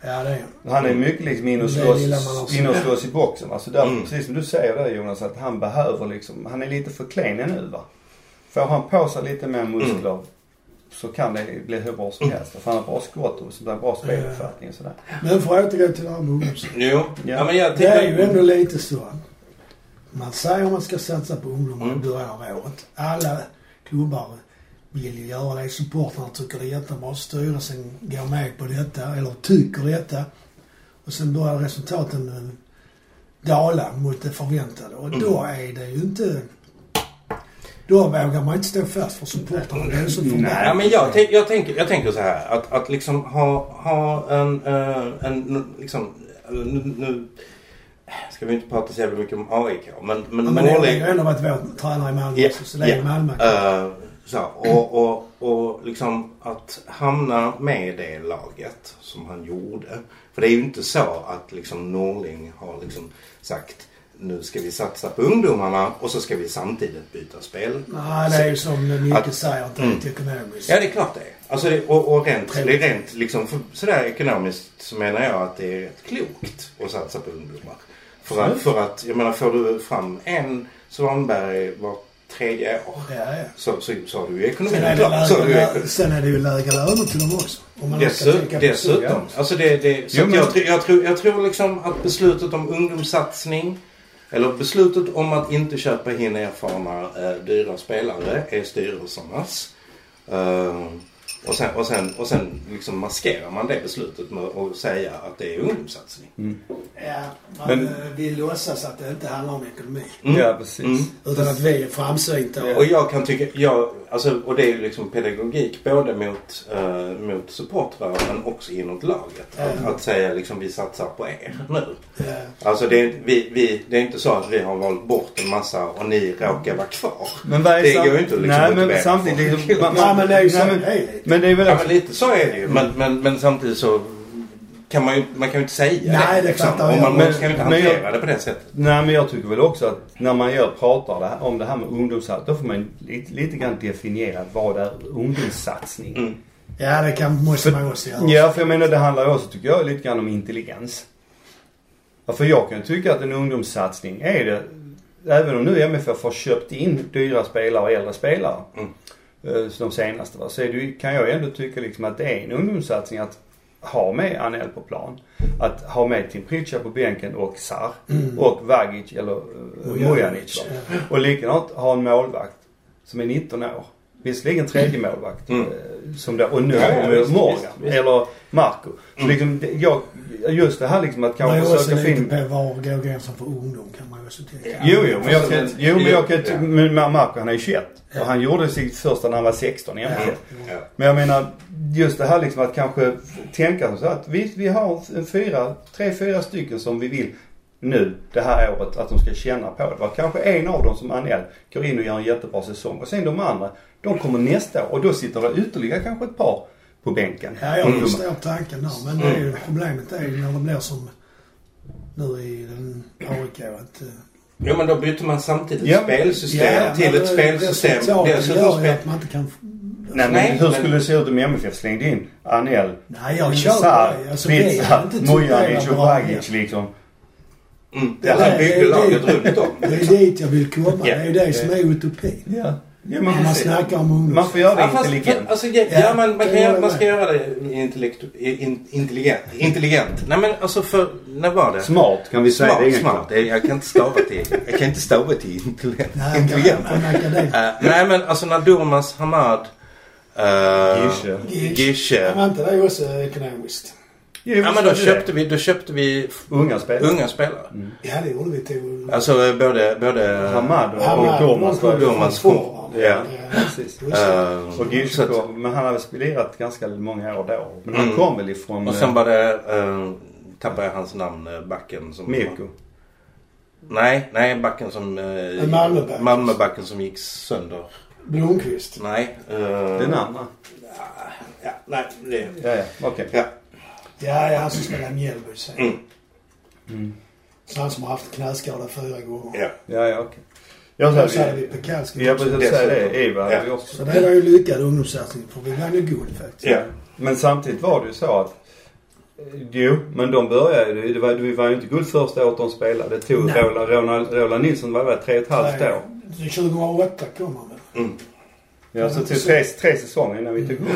Ja, det är
Han är mycket liksom inne och
Det
slåss,
gillar man också.
inne och slåss i boxen. Alltså där,
Mm.
Precis som du säger där Jonas, att han behöver liksom, han är lite för klen nu va. Får han på sig lite mer
Mm.
muskler så kan det bli hur bra som helst. För han har bra skott och sånt där, bra speluppfattning och sådär.
Men för att återgå till det här med ungdoms...
jo. Ja.
Ja.
men jag
Det
tycker-
är ju ändå lite så. Man säger att man ska satsa på ungdomar i
Mm.
början av året. Alla klubbar vill ju göra det. Supportrarna tycker det är jättebra. Styrelsen går med på detta, eller tycker detta. Och sen börjar resultaten eh,
Mm.
dala mot det förväntade. Och då är det ju inte... Då vågar man inte stå fast för supportrarna. Det är så
Nej.
Ja,
förbannat.
men jag, tänk, jag, tänker, jag tänker så här att, att liksom ha, ha en, eh, en liksom, nu, nu ska vi inte prata så jävla mycket om AIK men, men,
Men
men
Norling har ändå varit vår tränare i Malmö
Ja,
också, så det är
ja.
Malmö.
Eh, så, här, och, och, och liksom att hamna med det laget som han gjorde. För det är ju inte så att liksom Norling har liksom sagt nu ska vi satsa på ungdomarna och så ska vi samtidigt byta spel.
Nej, det är ju som Micke
Att- Mm.
säger, att det är inte ekonomiskt.
Ja, det är klart det är. Alltså, det, och, och rent, det är
Trevligt.
rent liksom, för, sådär ekonomiskt så menar jag att det är rätt klokt att satsa på ungdomar. För att, för att jag menar, får du fram en Svanberg var tredje år
Ja, ja.
så, så, så har du ju ekonomin
Sen är, det
klar. Så har du ju
lägre,
ekonomin.
sen är det ju lägre löner till dem också. Om man ska
Dessutom.
tänka på
dessutom.
så.
Alltså det, det, så
Jo,
att
men-
jag, tror- jag, tror, jag tror liksom att beslutet om ungdomssatsning eller beslutet om att inte köpa in erfarna eh, dyra spelare är styrelsernas. Eh, och, sen, och, sen, och sen liksom maskerar man det beslutet med att säga att det är ungdomssatsning.
Mm.
Ja, man
Men-
eh, vill låtsas att det inte handlar om ekonomi.
Ja, precis.
Mm.
Utan att vi är framsynta.
Och jag kan tycka, jag, alltså, och det är ju liksom pedagogik både mot, eh, mot supportrar men också inåt laget.
Mm.
Att, att säga liksom vi satsar på er nu.
Ja.
Alltså det är, vi, vi, det är inte så att vi har valt bort en massa och ni råkar vara kvar.
Men vad är
det
sam-
går ju inte att liksom
Nej, men
motivera
samtidigt...
folk.
Liksom, man,
Ja, men det är ju så
nej,
det är lite.
Men det är väl...
Ja, men lite så är det ju. Men, men, men samtidigt så kan man ju, man kan ju inte säga
Nej, det
liksom.
fattar
Och
jag.
man
Men-
kan ju inte
men jag-
hantera det på det sättet.
Nej men jag tycker väl också att när man gör, pratar det här, om det här med ungdomssatsning, då får man lite, lite grann definiera vad är ungdomssatsning.
Mm.
ja, det kan, måste man också göra.
Ja för jag menar det handlar ju också tycker jag lite grann om intelligens. Ja, för jag kan ju tycka att en ungdomssatsning är det, även om nu MFF har köpt in dyra spelare och äldre spelare.
Mm.
eh, så De senaste va, så är det, ju- kan jag ju ändå tycka liksom att det är en ungdomssatsning att ha med Anel på plan. Att ha med Tim Pritcha på bänken och Sar och Vagic eller uh, Mujanic. va.
Ja.
Och likadant ha en målvakt som är 19 år. Visserligen tredje målvakt.
Mm.
eh, Som det, och nu
Ja, ja,
har vi
visst,
Morgan
visst, visst. Mm.
eller Marco. Så liksom, det- jag, just det här liksom att
Man
kanske
är också
försöka få in...
lite på var går gränsen för ungdom kan man ju också tänka.
Ja.
Jo, jo, men jag kan,
Alltså, men-
jo, men jag kan,
Ja.
men Marco han är ju 21.
Ja.
Och han gjorde sitt första när han var 16 i MFF.
Ja.
Men jag menar, just det här liksom att kanske tänka så att vi, vi har en fyra, tre, fyra stycken som vi vill nu det här året att de ska känna på det. Va? Kanske en av dem som Anel går in och gör en jättebra säsong och sen de andra, de kommer nästa år och då sitter det ytterligare kanske ett par på bänken.
Ja,
Mm.
jag förstår tanken där. Men det är ju, problemet är ju när det blir som nu i den AIK att... eh,
Jo men då byter man samtidigt
Ja.
spelsystem
ja,
till
men
ett spelsystem.
Resultatet
Dessutom
gör ju
spel...
att man inte kan...
Nej, men
Nej,
hur
men-
skulle det se ut om MFF slängde in Anel,
Nej, jag kör
Sar,
på det. Alltså, det är
Pizza,
inte
Mujanic och
tillräckligt bra idé.
Vagic liksom?
Mm,
Det
det här
är-
byggde
det är-
laget runt om.
Det är dit jag vill komma.
Ja.
Det är ju det som är utopin.
Ja. ja
När
men
man snackar om ungdom.
man får göra det
Ja, fast,
intelligent.
fast, alltså, ja,
Ja,
ja, man, man,
det
kan
håller
göra, man ska
jag
göra det intellekt, in, intelligent, intelligent. Nej men alltså för, när var det?
Smart kan vi säga. det
smart.
är inget
smart. Det- Jag kan inte stava till, jag kan inte stava till intelligent.
Nej,
intelligent.
från akademin.
Eh, nej men alltså när Durmaz Hamad eh,
Gische.
Ja,
Gische.
men inte det är också ekonomiskt.
Ja men då köpte vi, då köpte vi f-
Unga spelare.
unga spelare.
Ja, det gjorde vi till...
Alltså eh, både, både
Hamad och,
Hamad,
och
de
Thomas.
kom
var-
från
Thomas
Forward.
Forward, ja.
Precis.
Just det.
eh,
Och Gisho
så att-
kom, men han hade spelat ganska många år då. Men han
Mm.
kom väl ifrån
Och sen var det, eh, tappade jag hans namn, eh, backen som...
eh, Mirko.
Nej, nej backen som... Eh,
Malmöbacken.
Malmöbacken som gick sönder.
Blomqvist.
Nej. eh,
Den andra?
Ja, nej, det...
Ja, ja. Okej.
Ja.
Ja, det är han som spelar Mjällby sen.
Mm.
Mm.
Så han som har haft knäskada fyra gånger.
ja.
Ja, ja, okej. Jag
Och så hade vi
säger
Pekanski
Ja, precis. Säg
Dessutom.
det. Eva hade
Ja.
vi också.
Så det var ju lyckad ungdomssatsning för vi vann ju guld faktiskt.
Ja.
Men samtidigt var det ju så att eh, Jo, men de började ju. Det var, det var ju inte guld första året de spelade. Det tog
Nej.
Roland, Roland, Roland Nilsson, vad var det? Tre och ett halvt år?
Nej, 2008 kom han väl?
Mm.
Ja, så tog tre, tre säsonger innan vi tog guld.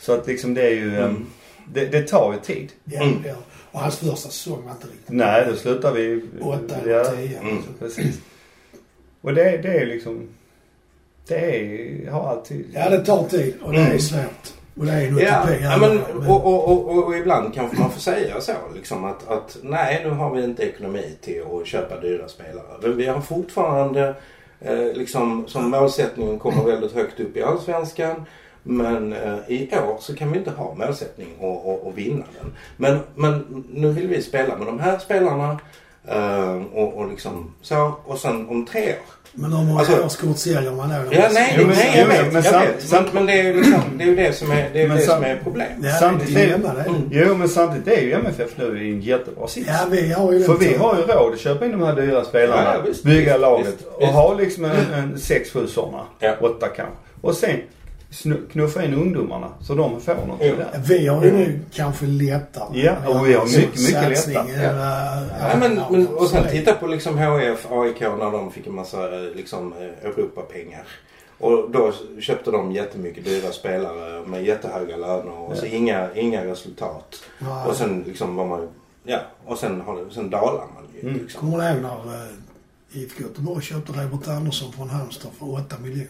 Så att liksom det är ju... eh,
Mm.
Det, det tar ju tid.
Ja,
Mm.
ja. Och hans första säsong var inte riktigt
Nej, då slutar vi...
Åtta
Ja,
eller tio.
Mm.
Precis. Och det, det är ju liksom... Det är, har alltid...
Ja, det tar tid och det är
Mm.
svårt. Och det är en
Ja,
utopi.
ja, men, och, och, och, och, och ibland kanske man får säga så. Liksom att, att nej, nu har vi inte ekonomi till att köpa dyra spelare. Men vi har fortfarande eh, liksom, som målsättningen kommer väldigt högt upp i Allsvenskan. Men eh, i år så kan vi inte ha målsättning och, och, och vinna den. Men, men nu vill vi spela med de här spelarna eh, och, och liksom så. Och sen om tre år
Men hur många
Alltså-
årskort säljer man då?
Ja, nej,
Jo, men-
nej, jag
jo,
vet.
men
jag
sam-
vet.
sam-
men, men det är ju liksom, det är ju det som är, det är, ju
Men
det
sam-
som är problemet.
Ja,
Samtidigt-
det är jämna det.
Mm.
Jo men samtidigt är ju MFF nu i en jättebra sits.
Ja, vi har ju den
För vi
turen.
har ju råd att köpa in de här dyra spelarna,
Ja, ja, visst,
bygga
visst,
laget
visst,
och
visst.
ha liksom en, en sex, sju sådana.
Ja.
Åtta kanske. Och sen snu- knuffa in ungdomarna så de får något
Jo.
i det.
Vi har ju nu kanske lättare.
Ja, och vi har mycket, mycket
Satsning
lättare.
än, äh,
Ja, men, men, och sen
absolut.
titta på liksom HF, AIK när de fick en massa eh, liksom, eh, Europapengar. Och då köpte de jättemycket dyra spelare med jättehöga löner och så inga, inga resultat.
Nej.
Och sen liksom var man ja, och sen, har det, sen dalar man ju. Liksom.
Kommer du ihåg när eh, IFK Göteborg köpte Robert Andersson från Halmstad för 8 miljoner?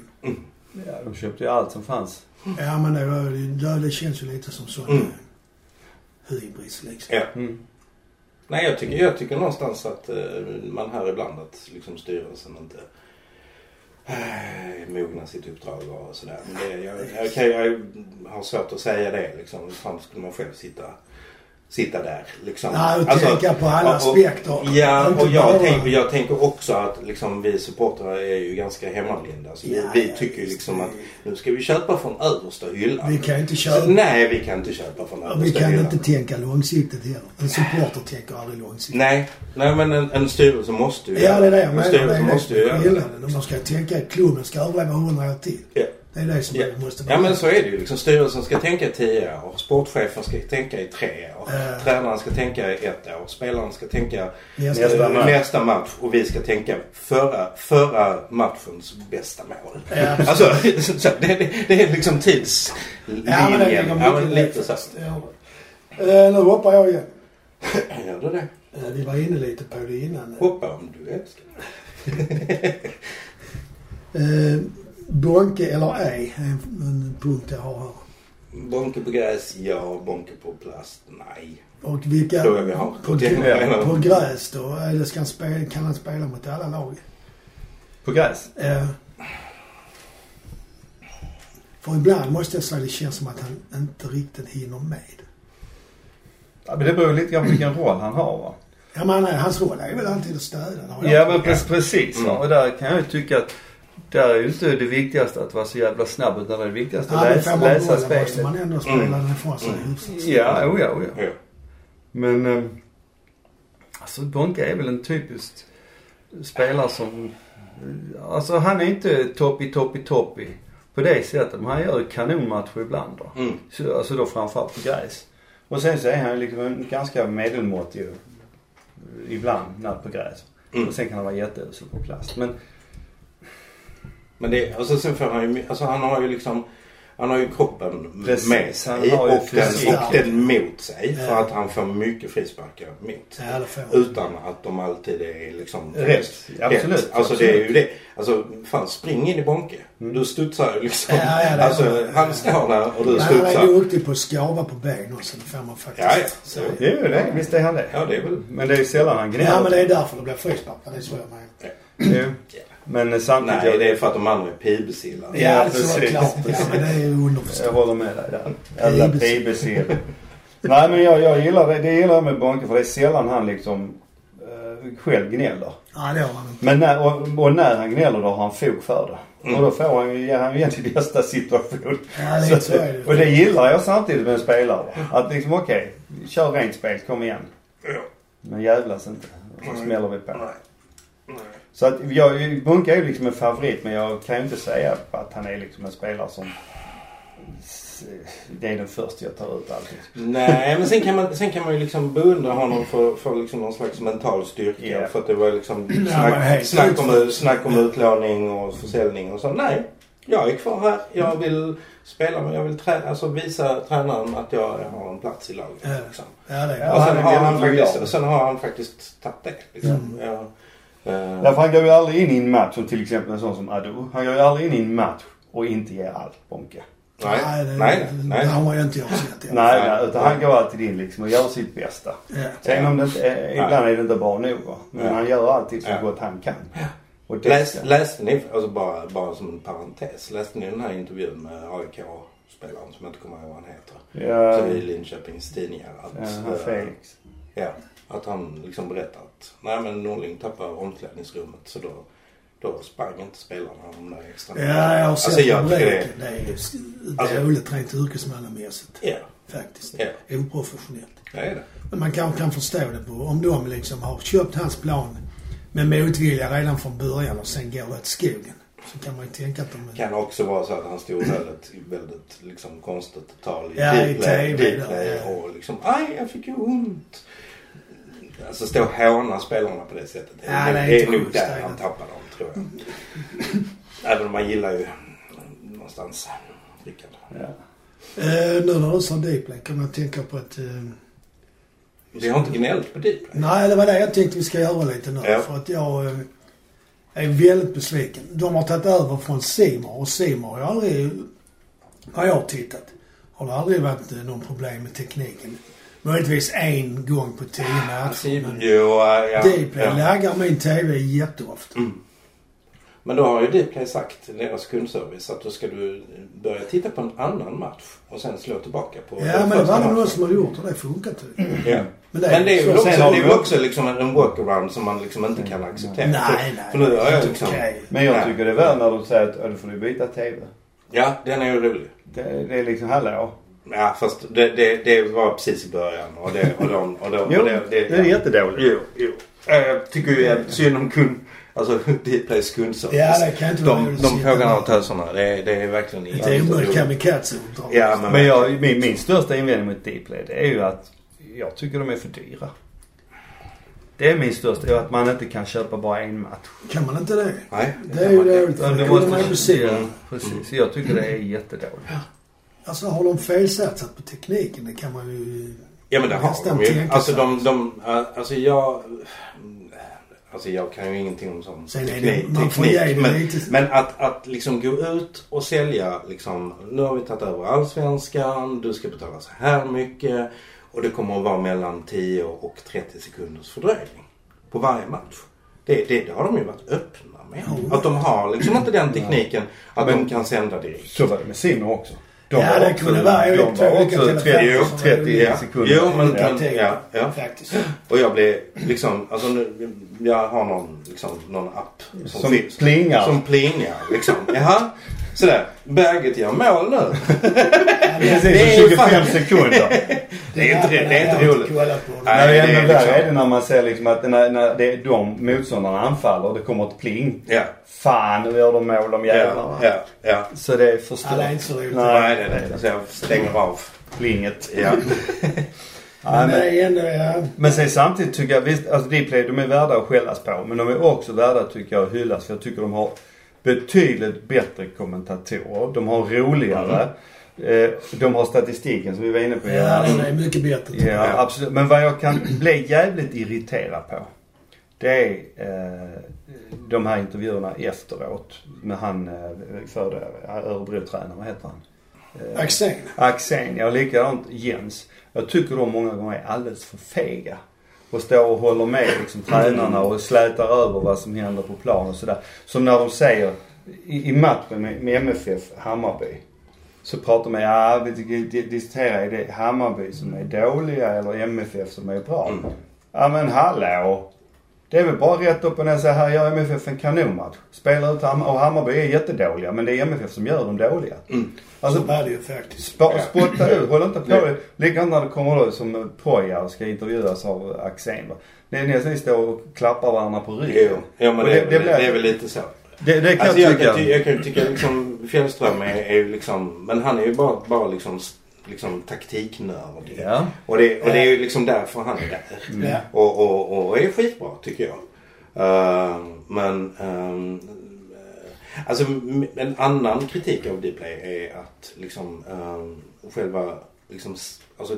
Ja, de köpte ju allt som fanns.
Ja, men det, var- det, det känns ju lite som sån
Mm.
mm. hybris liksom.
Ja.
Mm.
Nej, jag tycker, jag tycker någonstans att eh, man hör ibland att liksom, styrelsen inte eh, är mogna sitt uppdrag och sådär. Men det, jag, jag, kan, jag har svårt att säga det liksom. Fan skulle man själv sitta, sitta där liksom.
Nej, och tänka på alla
och- och-
aspekter.
Ja,
Inte
och
bara-
jag, tänk, jag tänker också att liksom, vi supportrar är ju ganska hemmalinda. Så vi,
Ja,
vi
ja,
tycker ju
visst,
liksom
det-
att nu ska vi köpa från översta hyllan.
Vi kan ju inte köpa.
Nej, vi kan inte köpa från översta
Vi kan
hyllan.
inte tänka långsiktigt heller. En supporter tänker aldrig långsiktigt.
Nej, nej men en, en styrelse måste ju
Ja, det är det jag
En
menar. Det
styrelse
är det
måste
som
ju
är
göra det.
skillnaden. Om man ska tänka att klubben ska överleva 100 år till.
Ja.
Det är det som
Ja.
man måste
ja, men så är det ju. Liksom, styrelsen ska tänka i tio år, sportchefen ska tänka i tre år,
Ja.
tränaren ska tänka i ett år, spelaren ska tänka
Nästa
eh,
match.
nästa match och vi ska tänka förra, förra matchens bästa mål.
Ja, absolut.
alltså, så, det, det, det är liksom tidslinjen.
Ja, men det ligger
Ja,
mycket
men
i det
lite så.
faktiskt. Ja. Eh, Nu hoppar jag igen.
Gör du det?
Eh, Vi var inne lite på det innan.
Hoppa om du älskar.
Eh, Bonke eller ej, är en, en punkt jag har här.
Bonke på gräs, ja. Bonke på plast, nej.
Och vilka...
Tror jag vi har.
På,
Det menar
gr-
jag.
på gräs då? Eller ska han spela, kan han spela mot alla lag?
På gräs.
Eh, för ibland måste jag säga det känns som att han inte riktigt hinner med.
Ja, men det beror lite grann på vilken roll han har va.
Jag menar, hans roll är väl alltid att stödja. har jag
Ja men
tyckt.
precis. precis va?
Mm.
Och där kan jag ju tycka att där är ju inte det viktigaste att vara så jävla snabb utan det viktigaste
Ja,
att
men
läsa,
får man
läsa
bollen måste
spelet.
man ändå spela
Mm.
den ifrån sig hyfsat.
Ja, oja, oja.
Ja.
Men ehm, alltså Bonke är väl en typisk spelare som... eh, Alltså han är inte toppy, toppy, toppy på det sättet. Men han gör ju kanonmatcher ibland då.
Mm.
Så, alltså då framförallt på gräs. Och sen så är han ju liksom en ganska medelmåttig eh, ibland när på gräs.
Mm.
Och sen kan han vara jätteusel på plast. Men
Men det, alltså sen får han ju, alltså han har ju liksom, han har ju kroppen
Precis,
med
han
sig
har ju
och den,
fysiken.
och den mot sig.
Ja.
För att han får mycket frisparkar mot sig.
Ja, det får han.
Utan att de alltid är liksom
Rätt. Absolut,
Alltså
absolut.
det är ju det. Alltså fan spring in i Bonke. Du studsar ju liksom.
Mm. Ja, ja, det-
alltså han står där och du
Men Han är
studsar.
duktig på att skava på ben också, det får man faktiskt
Ja, ja.
säga.
det är ju det. Visst är han det.
Ja det är väl.
Men det är ju sällan han gnäller.
Ja, men det är därför det blir frispark. Det är så jag menar.
Jo. Men eh, samtidigt...
Nej det är för att de andra är pibesilla.
Ja, det är
precis.
såklart. Ja, men det är ju
Jag
underförstått.
håller med dig där.
Jävla
Jävla bibelsel. Nej men jag, jag gillar det. Det gillar jag med Bonke för det är sällan han liksom eh, själv gnäller.
Ja, det har han inte.
Men när, och, och när han gnäller då har han fog för det.
Mm.
Och då får han ju ge han ju egentligen bästa situation.
Ja, det är
Så att-
så är det.
och det gillar jag samtidigt med en spelare. va. Att liksom okej, kör rent spel, kom igen.
Ja.
Men jävlas inte. Då smäller vi på.
Nej.
Så att jag, Bunke är ju liksom en favorit men jag kan ju inte säga att han är liksom en spelare som... Det är den första jag tar ut alltid.
Nej, men sen kan man, sen kan man ju liksom beundra honom för, för liksom någon slags mental styrka.
Ja.
För att det var liksom
Ja, men
snack,
helt
snack, om,
klart.
snack om utlåning och försäljning och så. Nej, jag är kvar här. Jag vill spela, men jag vill trä, alltså visa tränaren att jag har en plats i laget.
Ja.
Liksom.
Ja, det
Ja,
är
Och sen
han är
har, han
väldigt
faktiskt,
lojal.
sen har han faktiskt tagit det.
Mm.
Liksom. Ja. Eh,
Därför han går ju aldrig in i en match som till exempel en sån som Adu. Han går ju aldrig in i en match och inte ger allt Bonke.
nej,
det-
nej, nej.
Det har man ju inte gjort sett än.
Nej, nej, utan han går alltid in liksom och gör sitt bästa.
Ja.
Sen om det inte, eh, ibland är det inte bra nog va. Men
Ja.
han gör alltid så
Ja.
gott han kan. Och det
Läs,
ska-
läste ni, alltså bara, bara som en parentes, läste ni den här intervjun med AIK-spelaren som jag inte kommer ihåg vad han heter?
Ja,
Så i Linköpings tidningar
ja,
att,
han
eh,
Felix.
ja, att han liksom berättar att nej men Norling tappar omklädningsrummet så då, då sprang inte spelarna de där extra
Ja, jag har sett
Alltså, jag tycker det-
rubriken. Det är ju s-
Alltså-
dåligt rent yrkesmannamässigt
Ja,
faktiskt.
ja,
Oprofessionellt.
det är det.
Men man kanske kan förstå det på, om de liksom har köpt hans plan med motvilja redan från början och sen går åt skogen. Så kan man ju tänka att de...
Kan också vara så att han stod där ett väldigt liksom, konstigt tal i
Ja, i
Dplay-
TV,
Dplay
ja.
och liksom aj jag fick ju ont. Alltså stå och håna spelarna på det sättet.
Ja,
det,
det är
det är
inte
nog
schysst, det
där
är
han
det.
tappar dem tror jag. Även om man gillar ju någonstans Rickard.
Ja.
Eh, nu när du sa Deepland kan man tänka på att... Eh,
Vi har inte gnällt på Dplay.
nej, det var det jag tänkte vi ska göra lite nu.
Ja.
För att jag eh, är väldigt besviken. De har tagit över från Simor och Simor har ju aldrig, när jag har tittat, har det aldrig varit eh, någon problem med tekniken. Möjligtvis en gång på tio matcher. Alltså, men
Jo, äh, ja,
Dplay
ja.
laggar min TV jätteofta.
Men då har ju Dplay sagt, deras kundservice, att då ska du börja titta på en annan match och sen slå tillbaka på
Ja,
den
men det
första
var nog
matchen.
någon som har gjort och det funkar tydligen.
Ja.
Men
Men det är
så
ju också,
sen
det
har
är
vi-
ju också liksom en en walkaround som man liksom inte kan acceptera.
Nej,
För-
nej.
För nu har jag
helt
liksom...
okej.
Men jag
Ja.
tycker det är värre när du säger att "Ja, då får du byta TV.
Ja, den är ju rolig.
Det, det är liksom, hallå.
Ja, fast det, det, det var precis i början och det... Och de, och de, och
Jo,
det,
det är jättedåligt.
Jo, jo. Äh, Jag tycker ju jävligt synd om kund... Alltså Dplays kundservice.
Ja, det kan inte vara
De,
roligt att
de
sitta
pågarna och
där.
töserna, det, det är verkligen inte...
Det är omöjligt
roligt.
kamikaze-uppdrag.
Ja, men...
Men jag, min, min största invändning mot Dplay det är ju att jag tycker de är för dyra. Det är min största, det är att man inte kan köpa bara en match.
Kan man inte det?
Nej,
Det är ju
det. kan man
dåligt. för
inte.
Ja,
Det
det
kunde man ju
måste-
precis.
Precis, jag tycker det är jättedåligt.
Alltså har de felsatsat på tekniken? Det kan man ju...
Ja men det har
Nästan
de ju.
tänka
Alltså
sig.
de, de, alltså jag... Alltså jag kan ju ingenting om sån
Sen är det-
teknik.
man får
teknik,
ge det
men
lite-
men att, att liksom gå ut och sälja liksom, nu har vi tagit över Allsvenskan, du ska betala så här mycket och det kommer att vara mellan 10 och 30 sekunders fördröjning på varje match. Det, det, det har de ju varit öppna med.
Ja.
Att de har liksom inte den tekniken att
Men-
de kan sända direkt.
Så var det med Simon också.
Ja, det kunde vara ju
De
två
var
olika
också
telefoner
30,
som var
30
olika.
sekunder.
Jo, men-
Ja.
tekniken,
ja, ja.
Faktiskt.
Och jag blev liksom, alltså nu, jag har någon, liksom, någon app som,
Som
finns.
plingar.
Som plingar liksom. Jaha. Sådär. Berget gör mål nu. Det
Precis,
är ju
25
fan-
sekunder.
Det är inte, det, det är inte roligt.
roligt.
Nej,
Nej,
det är
men värre
liksom-
är det när man ser liksom att när, när det är de motståndarna anfaller och det kommer ett pling.
Ja.
Fan, nu gör de mål de jävlarna.
Ja, ja, ja.
Så det är
Ja, det är
förstört.
inte så roligt.
Nej.
Nej, det är det inte. Så jag stänger av.
Plinget.
Ja.
Nej,
Men
men-
det är ändå, ja.
Men sen samtidigt tycker jag visst, alltså Dplay de är värda att skällas på. Men de är också värda tycker jag att hyllas för jag tycker de har betydligt bättre kommentatorer. De har roligare. Eh, de har statistiken som vi var inne på.
Mm. Ja, det är mycket bättre.
Ja, absolut. Men vad jag kan bli jävligt irriterad på. Det är eh, de här intervjuerna efteråt med han eh, förre Örebro-tränaren, vad heter han? Eh,
Axén.
Axén, ja likadant Jens. Jag tycker de många gånger är alldeles för fega. Och står och håller med liksom, tränarna och slätar över vad som händer på plan och sådär. Som när de säger i, i matchen med, med MFF Hammarby. Så pratar man, ja vi tycker- di- diskuterar, är det Hammarby som är dåliga eller MFF som är bra? Ja men hallå! Det är väl bara rätt upp och ner säga, här gör MFF en kanonmatch. Spelar ut Hammar- och Hammarby är jättedåliga men det är MFF som gör dem dåliga.
Så
Alltså
var det ju faktiskt.
Spa, spotta ut, håll inte på det. Likadant när det kommer då som eh, Poja och ska intervjuas av Axén. va. Det är nästan ni står och klappar varandra på ryggen.
Jo, ja, men
Och
det, är väl-
blir-
det är väl lite så.
det, det kan
Alltså
jag
jag,
tycka.
kan, ty- jag kan ju tycka liksom Fjällström är, är ju liksom, men han är ju bara, bara liksom, s- liksom taktiknörd.
Ja.
Och, det, och det är ju liksom därför han är där.
Mm. Ja.
Och, och, och är skitbra tycker jag. Eh, men ehm, eh, alltså m- en annan kritik av Dplay är att liksom ehm, själva liksom s- alltså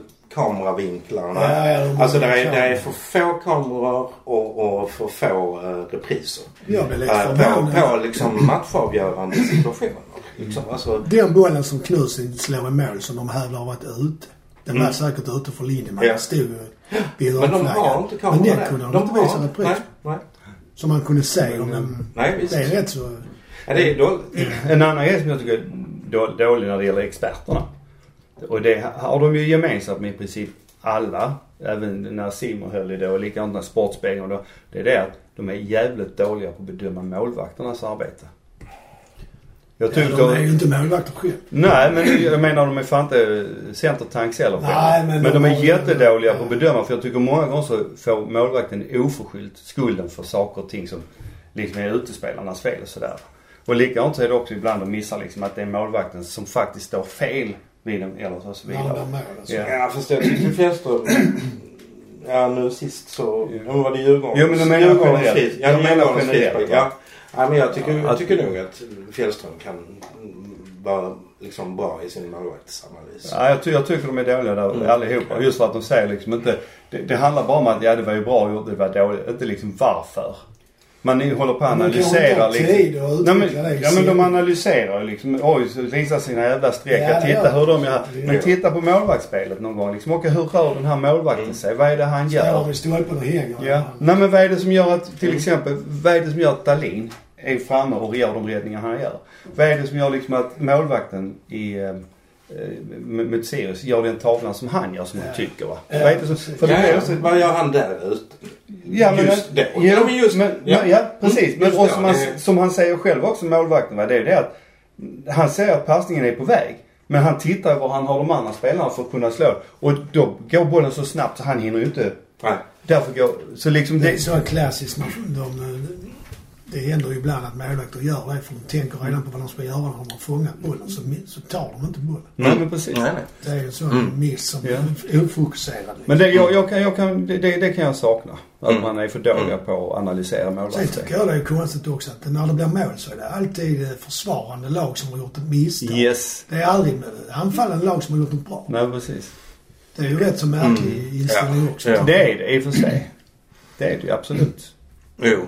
kameravinklarna.
Ja, ja, de-
alltså det är, det är för få kameror och, och för få eh, repriser.
Jag blev lite
Eh, på,
förvånad.
på liksom matchavgörande situationer. Liksom.
Mm.
Alltså,
Den bollen som Knutsen slår i mål som de hävdar har varit ute. Den var
Mm.
säkert ute för Lindemann.
Ja.
Den stod ju vid
men de
hörnflaggan.
har inte kameror
Men den
där.
kunde de
de
inte visa
har-
repris.
nej, Mm. nej.
Som man kunde se. om
Men,
man,
Nej, visst.
det är rätt så...
Ja, det är dåligt.
En annan grej som jag tycker är då- dålig när det gäller experterna. Och det har de ju gemensamt med i princip alla. Även när Simon höll i det och likadant när Sportspegeln då. Det är det att de är jävligt dåliga på att bedöma målvakternas arbete. Jag
Ja,
tyckte...
de är ju inte målvakter själv.
Nej, men jag menar de är fan inte centertanks heller.
Nej, men
men de
de
är
har-
jättedåliga på att bedöma. För jag tycker många gånger så får målvakten oförskyllt skulden för saker och ting som liksom är utespelarnas fel och sådär. Och likadant så är det också ibland de missar liksom att det är målvakten som faktiskt står fel vid dem eller så- så
När de
vidare.
blir mål. Alltså.
Ja.
Ja, fast jag tyckte Fjällström... Ja, nu sist så...
Ja.
Nu var det Djurgården.
Jo, men du menar
Djurgårdens
generellt.
fris- Ja,
Jag menar
Djurgårdens
generellt,
frispark,
va?
Ja. ja, men jag tycker,
Ja, alltså-
jag
att-
tycker nog att Fjällström kan vara liksom bra i sin målvaktsanalys.
Ja, jag, ty- jag tycker de är dåliga där
Mm.
allihopa. Just för att de säger liksom inte... Det, det handlar bara om att ja, det var ju bra gjort, det var dåligt. Inte liksom varför. Man håller på att
Men det har inte
analysera
tagit
liksom.
tid att
Nej,
utveckla
men,
det.
ja men de analyserar ju liksom. Oj, så visar sina jävla streck.
Ja,
Ja,
det gör
titta
de.
hur de gör.
Det
Men
gör
titta på målvaktsspelet någon gång. Liksom, okej, hur rör den här målvakten
Mm.
sig? Vad är det han
Spelar
gör?
med stolpen och hänger.
Ja. Nej men vad är det som gör att, till exempel, vad är det som gör att Dahlin är framme och gör de räddningar han gör? Vad är det som gör liksom att målvakten i eh, eh, mot Sirius gör den tavlan som han gör som
Ja.
han tycker va?
Ja,
Vad är det som,
precis.
för det
ja,
blir
ja,
också-
vad gör han där ute?
Ja, men,
Just det.
Ja,
Ja, men just-
men, ja.
ja.
precis.
Mm,
Men
just
och
det,
som,
ja,
han,
det-
som han säger själv också, målvakten, va, det är ju det att han ser att passningen är på väg. Men han tittar var han har de andra spelarna för att kunna slå. Och då går bollen så snabbt så han hinner ju inte.
Nej.
Därför går... Så liksom
Det är
det...
så klassiskt. när De, det händer ju ibland att målvakter gör det för de tänker redan på vad de ska göra när de har fångat bollen. Så, så tar de inte bollen.
Mm.
Nej men precis.
Nej, nej.
Det är ju en sån
Mm.
miss som
Ja.
är ofokuserad. liksom.
Men det, jag, jag kan, jag kan, det, det det kan jag sakna. Att
Mm.
man är för dåliga på att analysera
Sen
målvakter.
tycker jag det är konstigt också att när det blir mål så är det alltid eh, försvarande lag som har gjort ett misstag.
Yes.
Det är aldrig med- anfallande lag som har gjort något bra.
Nej precis.
Det är ju rätt så märklig
Mm.
inställning
Ja.
också.
Ja.
Det är det i och för sig. Det är det ju absolut.
Jo.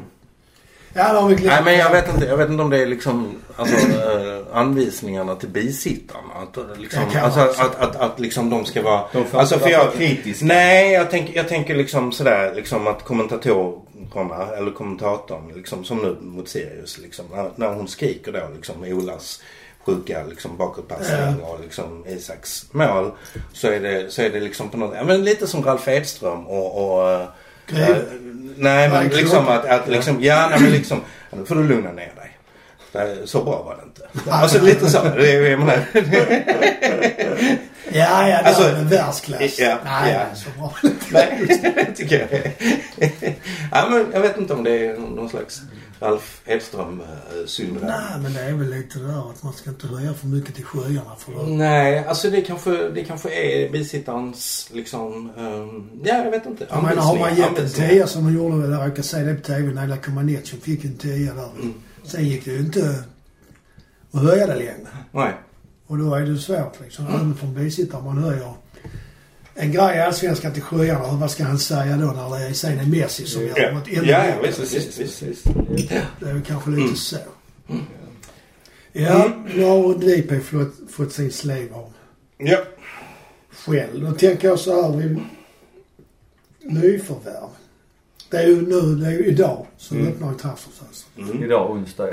Ja, det har vi
Nej
glömt.
men jag vet inte, jag vet inte om det är liksom alltså, eh, anvisningarna till bisittarna. Att, eh, liksom,
Det kan
alltså,
vara
att, att, att, att liksom de ska vara...
De får
alltså,
inte vara för kritiska.
Nej, jag, tänk, jag tänker liksom sådär liksom att kommentatorerna eller kommentatorn liksom som nu mot Sirius liksom. När, när hon skriker då liksom Olas sjuka liksom bakåtpassning och liksom Isaks mål. Så är det, så är det liksom på något... Ja, men lite som Ralf Edström och... och eh,
Grev.
eh, Nej men
Nej,
liksom att, att liksom, ja nej men liksom, ja, nu får du lugna ner dig. Nej, Så bra var det inte. Alltså lite så. Det är, jag menar,
Ja, ja, det
Alltså,
är en världsklass.
ja,
Nej,
ja.
det är så bra.
nej, det tycker jag. är- Ja, men jag vet inte om det är någon slags Ralf Edström-syndrom.
Nej, men det är väl lite det där att man ska inte höja för mycket till sjöarna för då...
Nej, alltså det kanske, det kanske är bisittarens liksom, ehm, ja jag vet inte.
Jag menar, har man gett en
Anvisningar.
tia som de gjorde, eller jag kan säga det på TV, Naila Comaneci fick ju en tia där.
Mm.
Sen gick det ju inte att höja det längre.
Nej.
Och då är det ju svårt liksom, även från bisittare, man höjer. En grej i Allsvenskan till sjöarna, vad ska han säga då när det är, sen är Messi som
Ja,
gör något
ja,
ännu
ja
bättre?
visst, Mm. visst, visst.
Det är väl kanske lite så. Ja, nu har DP fått, fått sin slev av
Ja.
själv. Då tänker jag så här vid nyförvärv. Det är ju nu, det är ju idag som
Mm.
öppnar i transferfönstret.
Mm.
Idag onsdag.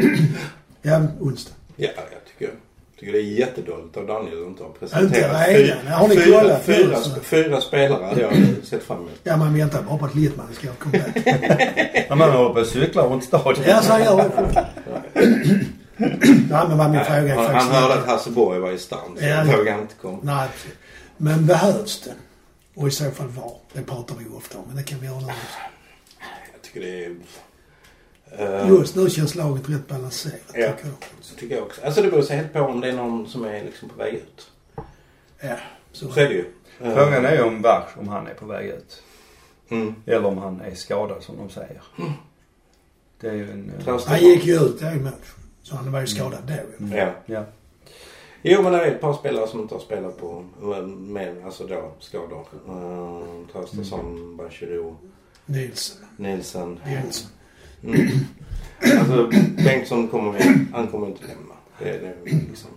Ja, onsdag.
Ja, jag tycker, tycker det är jättedåligt av Daniel att inte ha
Inte
presenterat.
redan. Har ni
fyra,
kollat?
fyra,
Så-
fyra spelare hade jag sett fram emot.
Ja, man väntar bara på att Littman ska göra comeback.
När man håller på och cyklar runt stadion.
Ja, så han gör det. Nej, men vad min fråga är
han,
faktiskt...
han hörde att Hasse Borg var i stan så
Ja.
han vågade inte komma.
Nej, precis. Men behövs det? Och i så fall var? Det pratar vi ju ofta om, men det kan vi göra nu också.
Jag tycker det är... eh,
Just nu känns laget rätt balanserat,
Ja.
tycker jag.
så tycker jag också. Alltså det beror sig helt på om det är någon som är liksom på väg ut.
Ja, så.
Så är det ju. Eh,
Frågan är ju om Bach, om han är på väg ut.
Mm.
Eller om han är skadad som de säger. Det är ju en... eh,
Traustason.
Han gick ju ut i en match. Så han var ju skadad då. ju.
Ja.
Ja.
Jo men det är ett par spelare som inte har spelat på med, alltså då, skador. Uh, Traustason, mm. Bachirou,
Nilsson.
Nielsen.
Jensen.
Mm. Alltså Bengtsson kommer vi, han kommer inte lämna. Det är det är liksom.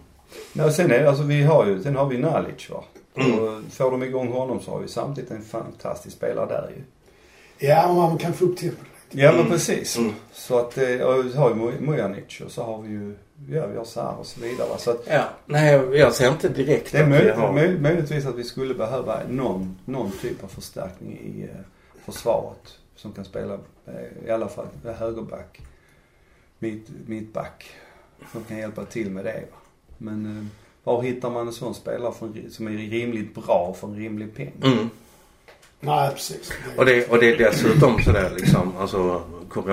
Ja, sen, är, alltså, vi har ju, sen har vi Nalic va.
Mm.
Och får de igång honom så har vi samtidigt en fantastisk spelare där ju.
Ja, om man kan få upp tempot lite.
Ja men
Mm.
precis.
Mm.
Så att eh, och vi har ju Mo- Mojanic och så har vi ju, ja vi har så här och så vidare. va. Så att
Ja, nej jag- jag ser inte direkt
det är
att vi
möjligt,
har-
möj- möjligtvis att vi skulle behöva någon, någon typ av förstärkning i eh, försvaret. Som kan spela eh, i alla fall högerback, mitt, mittback. Som kan hjälpa till med det. va. Men eh, var hittar man en sån spelare från, som är rimligt bra för en rimlig peng?
Mm.
Nej, precis.
Och det, och det är dessutom sådär liksom, alltså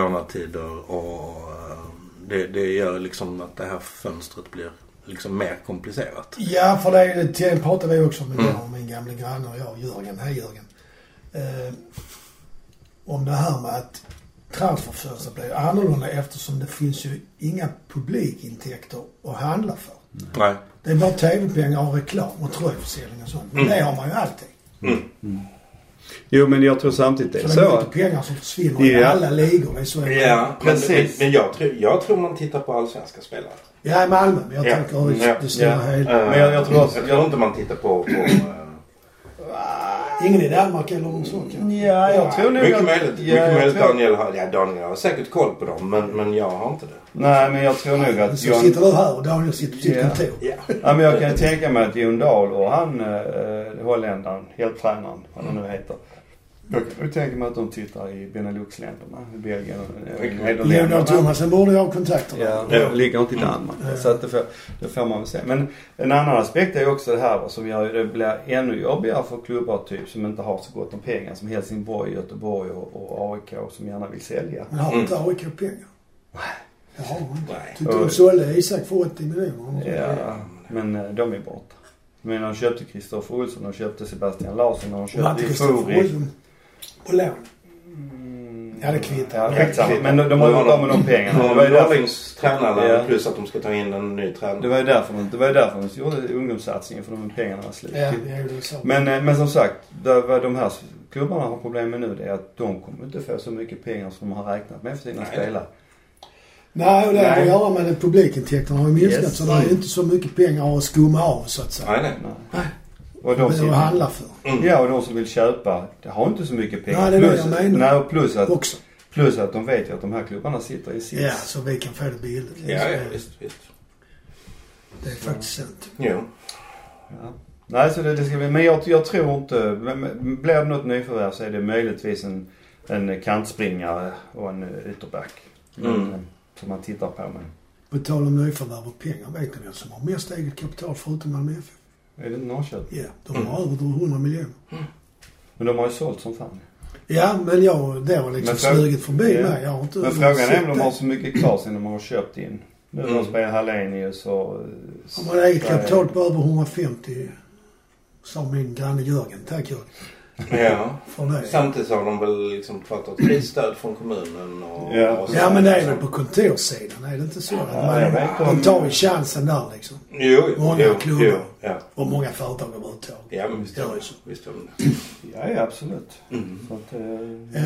coronatider och eh, det, det gör liksom att det här fönstret blir liksom mer komplicerat.
Ja, för det, det pratade vi också om igår,
Mm.
min gamla granne och jag, Jörgen. Hej Jörgen. Eh, om det här med att transferfönstret blir annorlunda eftersom det finns ju inga publikintäkter att handla för.
Nej.
Det är bara tv-pengar och reklam och tröjförsäljning och sånt. Men det har man ju alltid.
Jo men jag tror samtidigt det
Så
är
det
så
är
att
mycket pengar som försvinner i
Ja.
alla ligor. Det är så
Ja, men,
Precis.
men jag, tror, jag tror man tittar på allsvenska spelare.
ja, i Malmö. Men jag
Ja.
tänker hur det,
Ja.
det stora
Ja.
hela.
Eh,
Men jag- jag tror också-
jag tror inte man tittar på... på eh,
Ingen i Danmark eller något sånt kanske?
Ja, jag tror nog
mycket
att-
möjligt,
ja,
mycket
jag
möjligt
tror-
Daniel har... Ja, Daniel har säkert koll på dem, men, men jag har inte det.
Nej, men jag tror nog att
Så
John...
sitter du här och Daniel sitter på sitt
Ja.
kontor.
Ja.
Ja, men jag kan ju tänka mig att Jon Dahl och han, eh, holländaren, hjälptränaren, vad han nu heter. Jag kan ju tänka mig att de tittar i Beneluxländerna, i Belgien och eh,
Okej.
Leonard Mm.
Nederländerna.
Thomasen borde ju ha kontakter.
Ja,
Ja.
och ligger inte i Danmark. Så att det, får, det får man väl se. Men en annan aspekt är ju också det här va, som gör ju det blir ännu jobbigare för klubbar typ som inte har så gott om pengar. Som Helsingborg, Göteborg och, och AIK som gärna vill sälja.
Men har inte AIK pengar? Det har de inte.
Nej.
Tyckte de sålde Isak för 80 miljoner.
Ja, men eh, de är borta. Men de köpte Kristoffer Olsson, de köpte Sebastian Larsson, de
Och
köpte
Matti Kristoffer
Ifori.
Olsson på lån. Ja, det
Mm. Ja,
kvittar.
skitsamma. Men de, de har gjort av med de pengarna. Det var ju därför,
Norrlings tränare
Ja.
plus att de ska ta in en ny
det
tränare.
var ju därför, de- det var ju därför de gjorde ungdomssatsningen, för de pengarna var slut.
Ja, det är ju det så.
Men, eh, men som sagt, det, vad de här klubbarna har problem med nu det är att de kommer inte få så mycket pengar som de har räknat med för sina
Nej.
spelare.
Nej, och det har
Nej.
att göra med att publikintäkterna har ju minskat
Yes.
så det är ju inte så mycket pengar att skumma av så att säga.
Nej, Mm. nej.
Nej. Och de
Det att handla
som,
för
ja, och de som vill köpa det har inte så mycket pengar.
Nej, det är det
plus,
jag menar.
nej, och plus, att,
också.
plus att de vet ju att de här klubbarna sitter i sits.
Ja, så vi kan få det billigt. liksom.
Ja, ja, visst, visst.
Det är faktiskt sant.
Jo.
Ja. Nej, så det, det ska bli, men jag, jag tror inte... men- men Blir det något nyförvärv så är det möjligtvis en, en kantspringare och en eh, ytterback.
Mm.
Men, eh, Som man tittar på. Men
På tal om nyförvärv och pengar, vet ni vem som har mest eget kapital förutom Malmö FF?
är det Norrköping?
Ja, de har över 100 miljoner.
Men de har ju sålt som fan.
Ja, men jag, det har liksom
Men frå-
smugit förbi
Ja.
mig. Jag har inte
Men frågan är
sett
om de
det.
har så mycket kvar sen de har köpt in. Nu när de
Mm.
spelar Hallenius och... eh,
Om man har eget
Nej.
kapital på över 150, sa min granne Jörgen. Tack Jörgen
Ja.
för det.
Samtidigt så har de väl liksom pratat krisstöd från kommunen och...
Ja.
och så- liksom.
Ja, men det är väl på kontorssidan, är det inte så? Att
Ja, jag
man,
vet inte om-
de tar ju chansen där liksom.
Jo, jo,
Många
jo,
klubbar.
jo. Ja.
Och många företag överhuvudtaget.
Ja, men visst
Ja,
gör
så.
det. Visst gör de
Mm.
det.
Ja, ja absolut.
Mm.
Så att,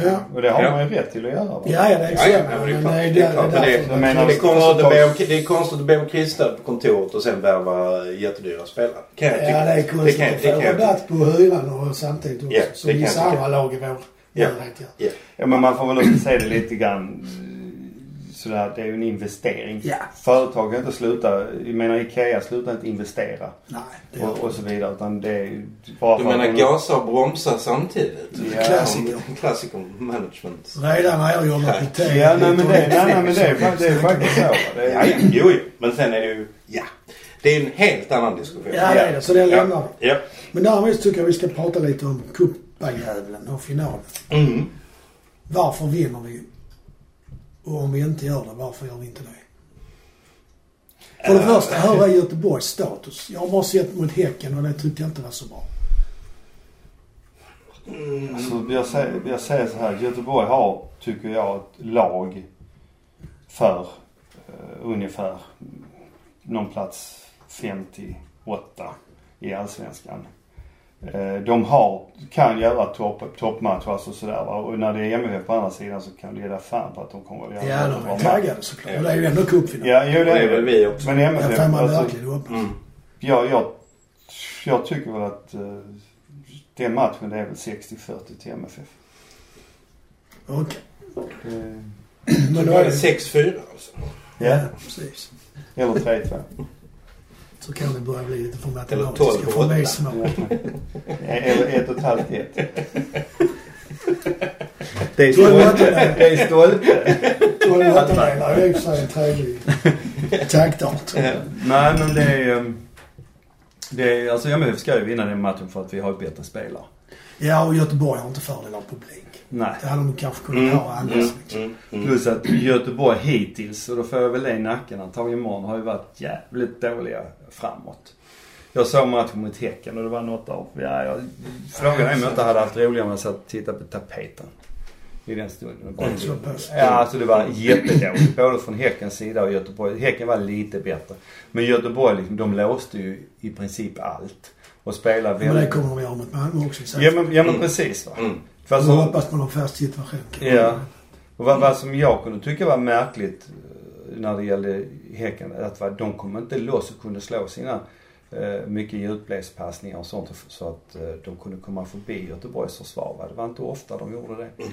eh,
Ja.
Och det har
Ja.
man ju rätt till att göra. Va?
Ja, ja, det är
Ja,
så.
ja, men det
men
är klart.
det är-
Det är klart,
det är
men det-
därför-
Jag menar,
Men Det är konstigt att be om, det är konstigt att be om krisstöd på kontoret och sen värva jättedyra spelare. Kan jag tycka.
Ja, det är konstigt.
kan-
Det kan,
kan jag tycka.
rabatt på hyran och samtidigt också.
Ja,
så
det kan
vissa
jag tycka.
andra lag i vår
Ja.
närhet gör.
Ja.
Ja, men man får väl också se det lite grann eh, sådär. Det är ju en investering.
Ja.
Företag kan inte sluta. Jag menar Ikea slutar inte investera.
Nej, det
Och,
är
och så vidare. Utan det är ju bara
Du
för att
menar
de-
gasa och bromsa samtidigt?
Ja.
Klassiker.
Klassiker management.
Redan när jag jobbade på TV.
Ja, nej men det, nej, nej, men det, är, fakt- det är faktiskt så. va. Det
Ja,
är,
ja. Jo, jo. Men sen är det ju... Ja. Det är en helt annan diskussion.
Ja, det är det. Så det
Ja.
lämnar vi.
Ja.
Men däremot tycker jag vi ska prata lite om cupajävlen och finalen.
Mm.
Varför vinner vi? Och om vi inte gör det, varför gör vi inte det? För det första, hur är Göteborgs status? Jag har bara sett mot Häcken och det tyckte jag inte var så bra.
Alltså, jag, säger, jag säger så här. Göteborg har, tycker jag, ett lag för eh, ungefär någon plats 58 i Allsvenskan. Eh, de har, kan göra topp, toppmatch alltså sådär va. Och när det är MFF på andra sidan så kan det leda fan på att de kommer att göra
Ja,
en
de
bra
är
match.
taggade såklart. Och det är ju ändå cupfinal.
Ja, jo, det
Det är
är
väl vi också.
Men
Ja,
MFF,
får man
alltså,
verkligen hoppas.
Mm.
jag, jag, jag tycker väl att eh, den matchen det är väl 60-40 till MFF.
Okej.
Men
Men
då
då
var
är
det
det...
6-4 alltså.
Ja,
precis.
eller 3-2.
Så kan det börja bli lite för
Eller tolv
matematiska
på
för mig
åtta.
som har...
Eller ett och ett halvt ett. Det är
Du har
stolpe.
varit-
Det är stolpe.
Tolv åttondelar är i och för sig en trevlig taktart.
Nej men det är... ehm, Det är, alltså MF ska ju vinna den matchen för att vi har bättre spelare.
Ja, och Göteborg har inte fördel av publik.
Nej.
Det hade de kanske kunnat
Mm,
ha annars.
mm,
liksom.
mm, mm.
Plus att Göteborg hittills, och då får jag väl det i nacken antagligen imorgon, har ju varit jävligt dåliga framåt. Jag såg matchen mot Häcken och det var något av... Ja, jag, frågan är om jag inte hade haft roligare om jag satt och tittade på tapeten. I den stunden. Och bara-
Mm, så pass.
Ja, alltså det var jättedåligt. Både från Häckens sida och Göteborg. Häcken var lite bättre. Men Göteborg, liksom, de låste ju i princip allt. Och spelade
Men det
väldigt...
kommer de göra mot Malmö också. Så.
Ja men, ja, men
Mm.
precis va.
Mm.
Fast
Man
så-
hoppas på någon fast situation. kanske.
Ja. Mm. Och vad, vad som jag kunde tycka var märkligt eh, när det gällde Häcken, att va, de kom inte loss och kunde slå sina eh, mycket djupledspassningar och sånt så att eh, de kunde komma förbi Göteborgs försvar. va. Det var inte ofta de gjorde det.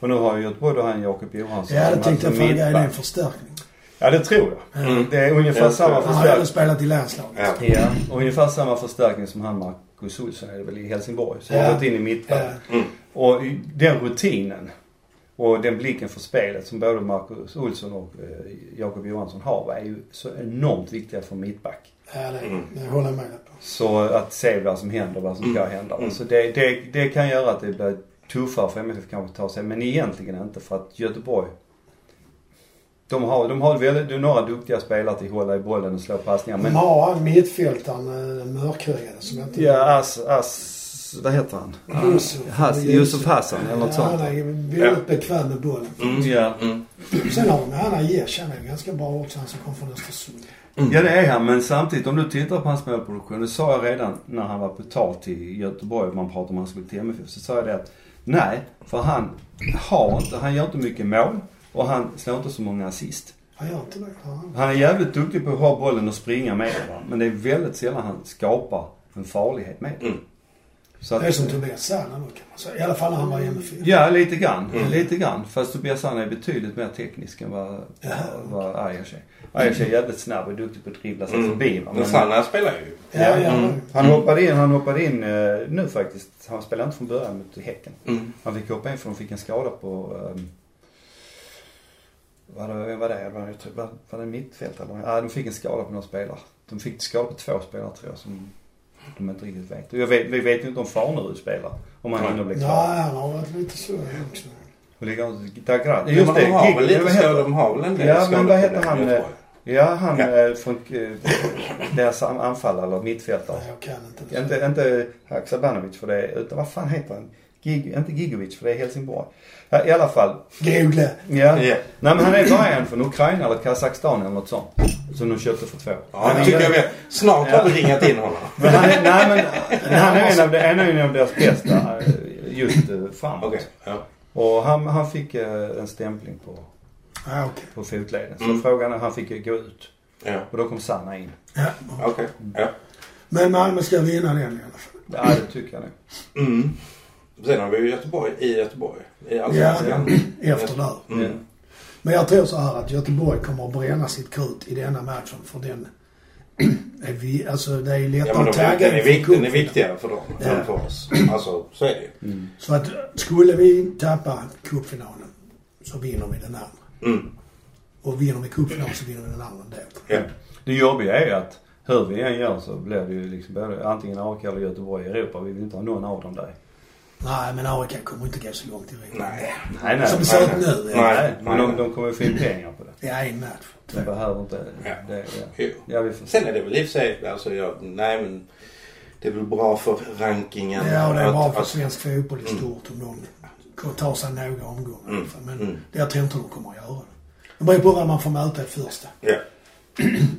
Och nu har ju Göteborg då han Jakob Johansson
Ja, det
som
tänkte jag
alltså
fråga. Är det en
mittback.
förstärkning?
Ja, det tror jag.
Mm.
Det är ungefär
Jag tror
samma
det.
Han har även
förstärkning.
spelat i landslaget.
Ja.
Ja, och ungefär samma förstärkning som han Marcus Olsson är det väl i Helsingborg. Så han har
Ja.
gått in i mittback.
Ja.
Mm.
Och i- den rutinen och den blicken för spelet som både Marcus Olsson och eh, Jakob Johansson har va, är ju så enormt viktiga för mittback.
Ja, det,
Mm.
det håller jag med dig på.
Så att se vad som händer, vad som ska hända. va. Så det, det, det kan göra att det blir tuffare för MFF kanske att ta sig. Men egentligen inte för att Göteborg de har, de har väldigt, de har några duktiga spelare till att hålla i bollen och slå passningar.
De
Men
har en mittfältaren, eh, den mörkhyade, som jag inte...
Ja, As... As vad heter han?
Yusuf.
Hass, Yusuf Hassan eller något
ja,
sånt.
han är väldigt bekväm med bollen.
Mm.
Ja.
Mm.
Sen har de Hanna Jesh, han är ju ganska bra också, han som kom från Östersund.
Mm.
ja, det är han. Men samtidigt om du tittar på hans målproduktion. Det sa jag redan när han var på tal till Göteborg och man pratade om han skulle till MFF. Så sa jag det att nej, för han har inte, han gör inte mycket mål och han slår inte så många assist.
Han gör inte det. Ja.
Han är jävligt duktig på att ha bollen och springa med den. Men det är väldigt sällan han skapar en farlighet med den.
Mm.
Så att-
Det är som Tobias Serna nu kan man säga. Alltså, I alla fall när han var i MFF.
Ja, lite grann.
Mm.
Lite grann. Fast Tobias han är betydligt mer teknisk än vad, vad Ayers är. Ayers är jävligt snabb och duktig på att dribbla sig förbi. Va?
Mm. Men Sanna spelar ju.
Ja, ja,
Mm.
han hoppade in, han hoppade in eh, nu faktiskt. Han spelade inte från början mot Häcken.
Mm.
Han fick hoppa in för de fick en skada på... Um, vad det, vem var det? Var det, var, var det mittfältare? Ja, de fick en skada på några spelare. De fick skada på två spelare tror jag som de inte riktigt vet. Och Jag vet vi vet ju inte om Farnerud spelar. Om han
Nej.
hinner bli
Nej,
kvar.
han har varit lite så också.
Och likadant Dagran.
Ja, men
Just det,
de har väl
Gigg- vad
lite
heter
så. De har väl en del
Ja, men
skadeproblem
vad heter han,
i Göteborg.
Ja, han
Ja.
eh, från eh, deras an- anfallare eller mittfältare.
Nej, jag kan inte det.
Inte, inte Haksabanovic för det är- utan vad fan heter han? Gig, inte Gigovic för det är Helsingborg. Ja, I alla fall.
Googla.
Ja.
Ja.
Nej men han är bara en från Ukraina eller Kazakstan eller något sånt. Som de köpte för två.
Ja,
Men
det tycker
han-
jag vet. Snart har vi ringat in honom.
Men han, är- nej, men, han är en av, de- en av, en av deras bästa eh, just eh, framåt.
Okej. Ja.
Och han, han fick eh, en stämpling på,
Ja, okej.
på fotleden. Så
Mm.
frågan är, han fick ju gå ut.
Ja.
Och då kom Sanna in.
Ja.
Okej. Ja.
Men Malmö ska vinna den i alla fall.
Ja, det tycker jag nog.
Mm. Sen har vi ju Göteborg i Göteborg. I Allsvenskan.
Efter där.
Mm.
Men jag tror så här att Göteborg kommer att bränna sitt krut i denna matchen för den är vi, alltså det är ju
Ja, men
lättare
de,
att tagga
den, är
inför
vik, den är
cupen.
viktigare för dem
Ja.
än för oss. Alltså, så är det ju.
Så att skulle vi tappa cupfinalen så vinner vi den andra.
Mm.
Och vinner vi cupfinalen så vinner vi den andra ändå.
Ja.
Det jobbiga är ju att hur vi än gör så blir det ju liksom både antingen AIK eller Göteborg i Europa. Vi vill inte ha någon av dem där.
Nej, men AIK kommer inte gå så långt i Europa.
Nej.
Nej, nej.
Som det
nej,
ser
nej.
ut nu. ja.
Nej.
nej. Men de, de kommer ju få in pengar på det.
Det är en match.
De behöver inte...
Ja.
Det, ja.
Jo.
Ja, vi får se.
Sen är det väl i och för sig, alltså jag, nej men. Det är väl bra för rankingen.
Ja, och det är bra
att-
för
att- Mm.
svensk fotboll i stort om de tar sig några omgångar i alla fall. Men
Mm.
jag tror inte de kommer att göra det. Det beror på vad man får möta i första.
Ja.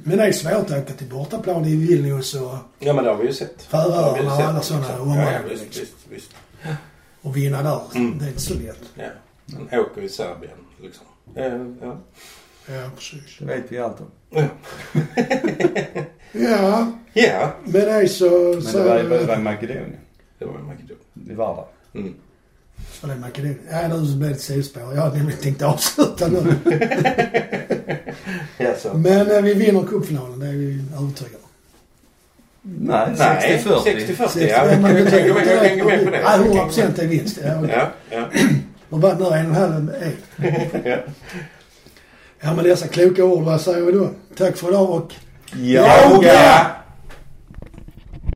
Men det är svårt att åka till bortaplan i Vilnius och,
ja, men det har vi ju sett.
Färöarna
Det har vi ju
och
sett,
alla sådana
liksom.
områden,
Ja, visst,
liksom.
visst, visst.
och vinna där.
Mm.
Det är inte så lätt.
Ja. Sen åker vi i Serbien liksom. Ja, ja.
Ja, precis.
Det vet vi allt om.
Ja.
Ja,
ja,
men det är så...
Men
så
det var, det var i Makedonien.
det var ju Makedonien.
Vi var där.
Mm.
var det Makedonien? Ja, nu blev det ett sidospår. Jag hade nämligen tänkt avsluta nu.
Ja, så.
Men eh, vi vinner cupfinalen, det är vi övertygade om.
Nej,
Nej,
60-40.
60-40 ja.
Men
Jag
det-
kan gå med- jag kan gå med på det.
Ja, 100 procent är vinst. Ja, okej.
Ja, ja.
Och vad nu en och en halv är.
Ja.
Ja, med dessa kloka ord, vad säger vi då? Tack för idag och
Yoga!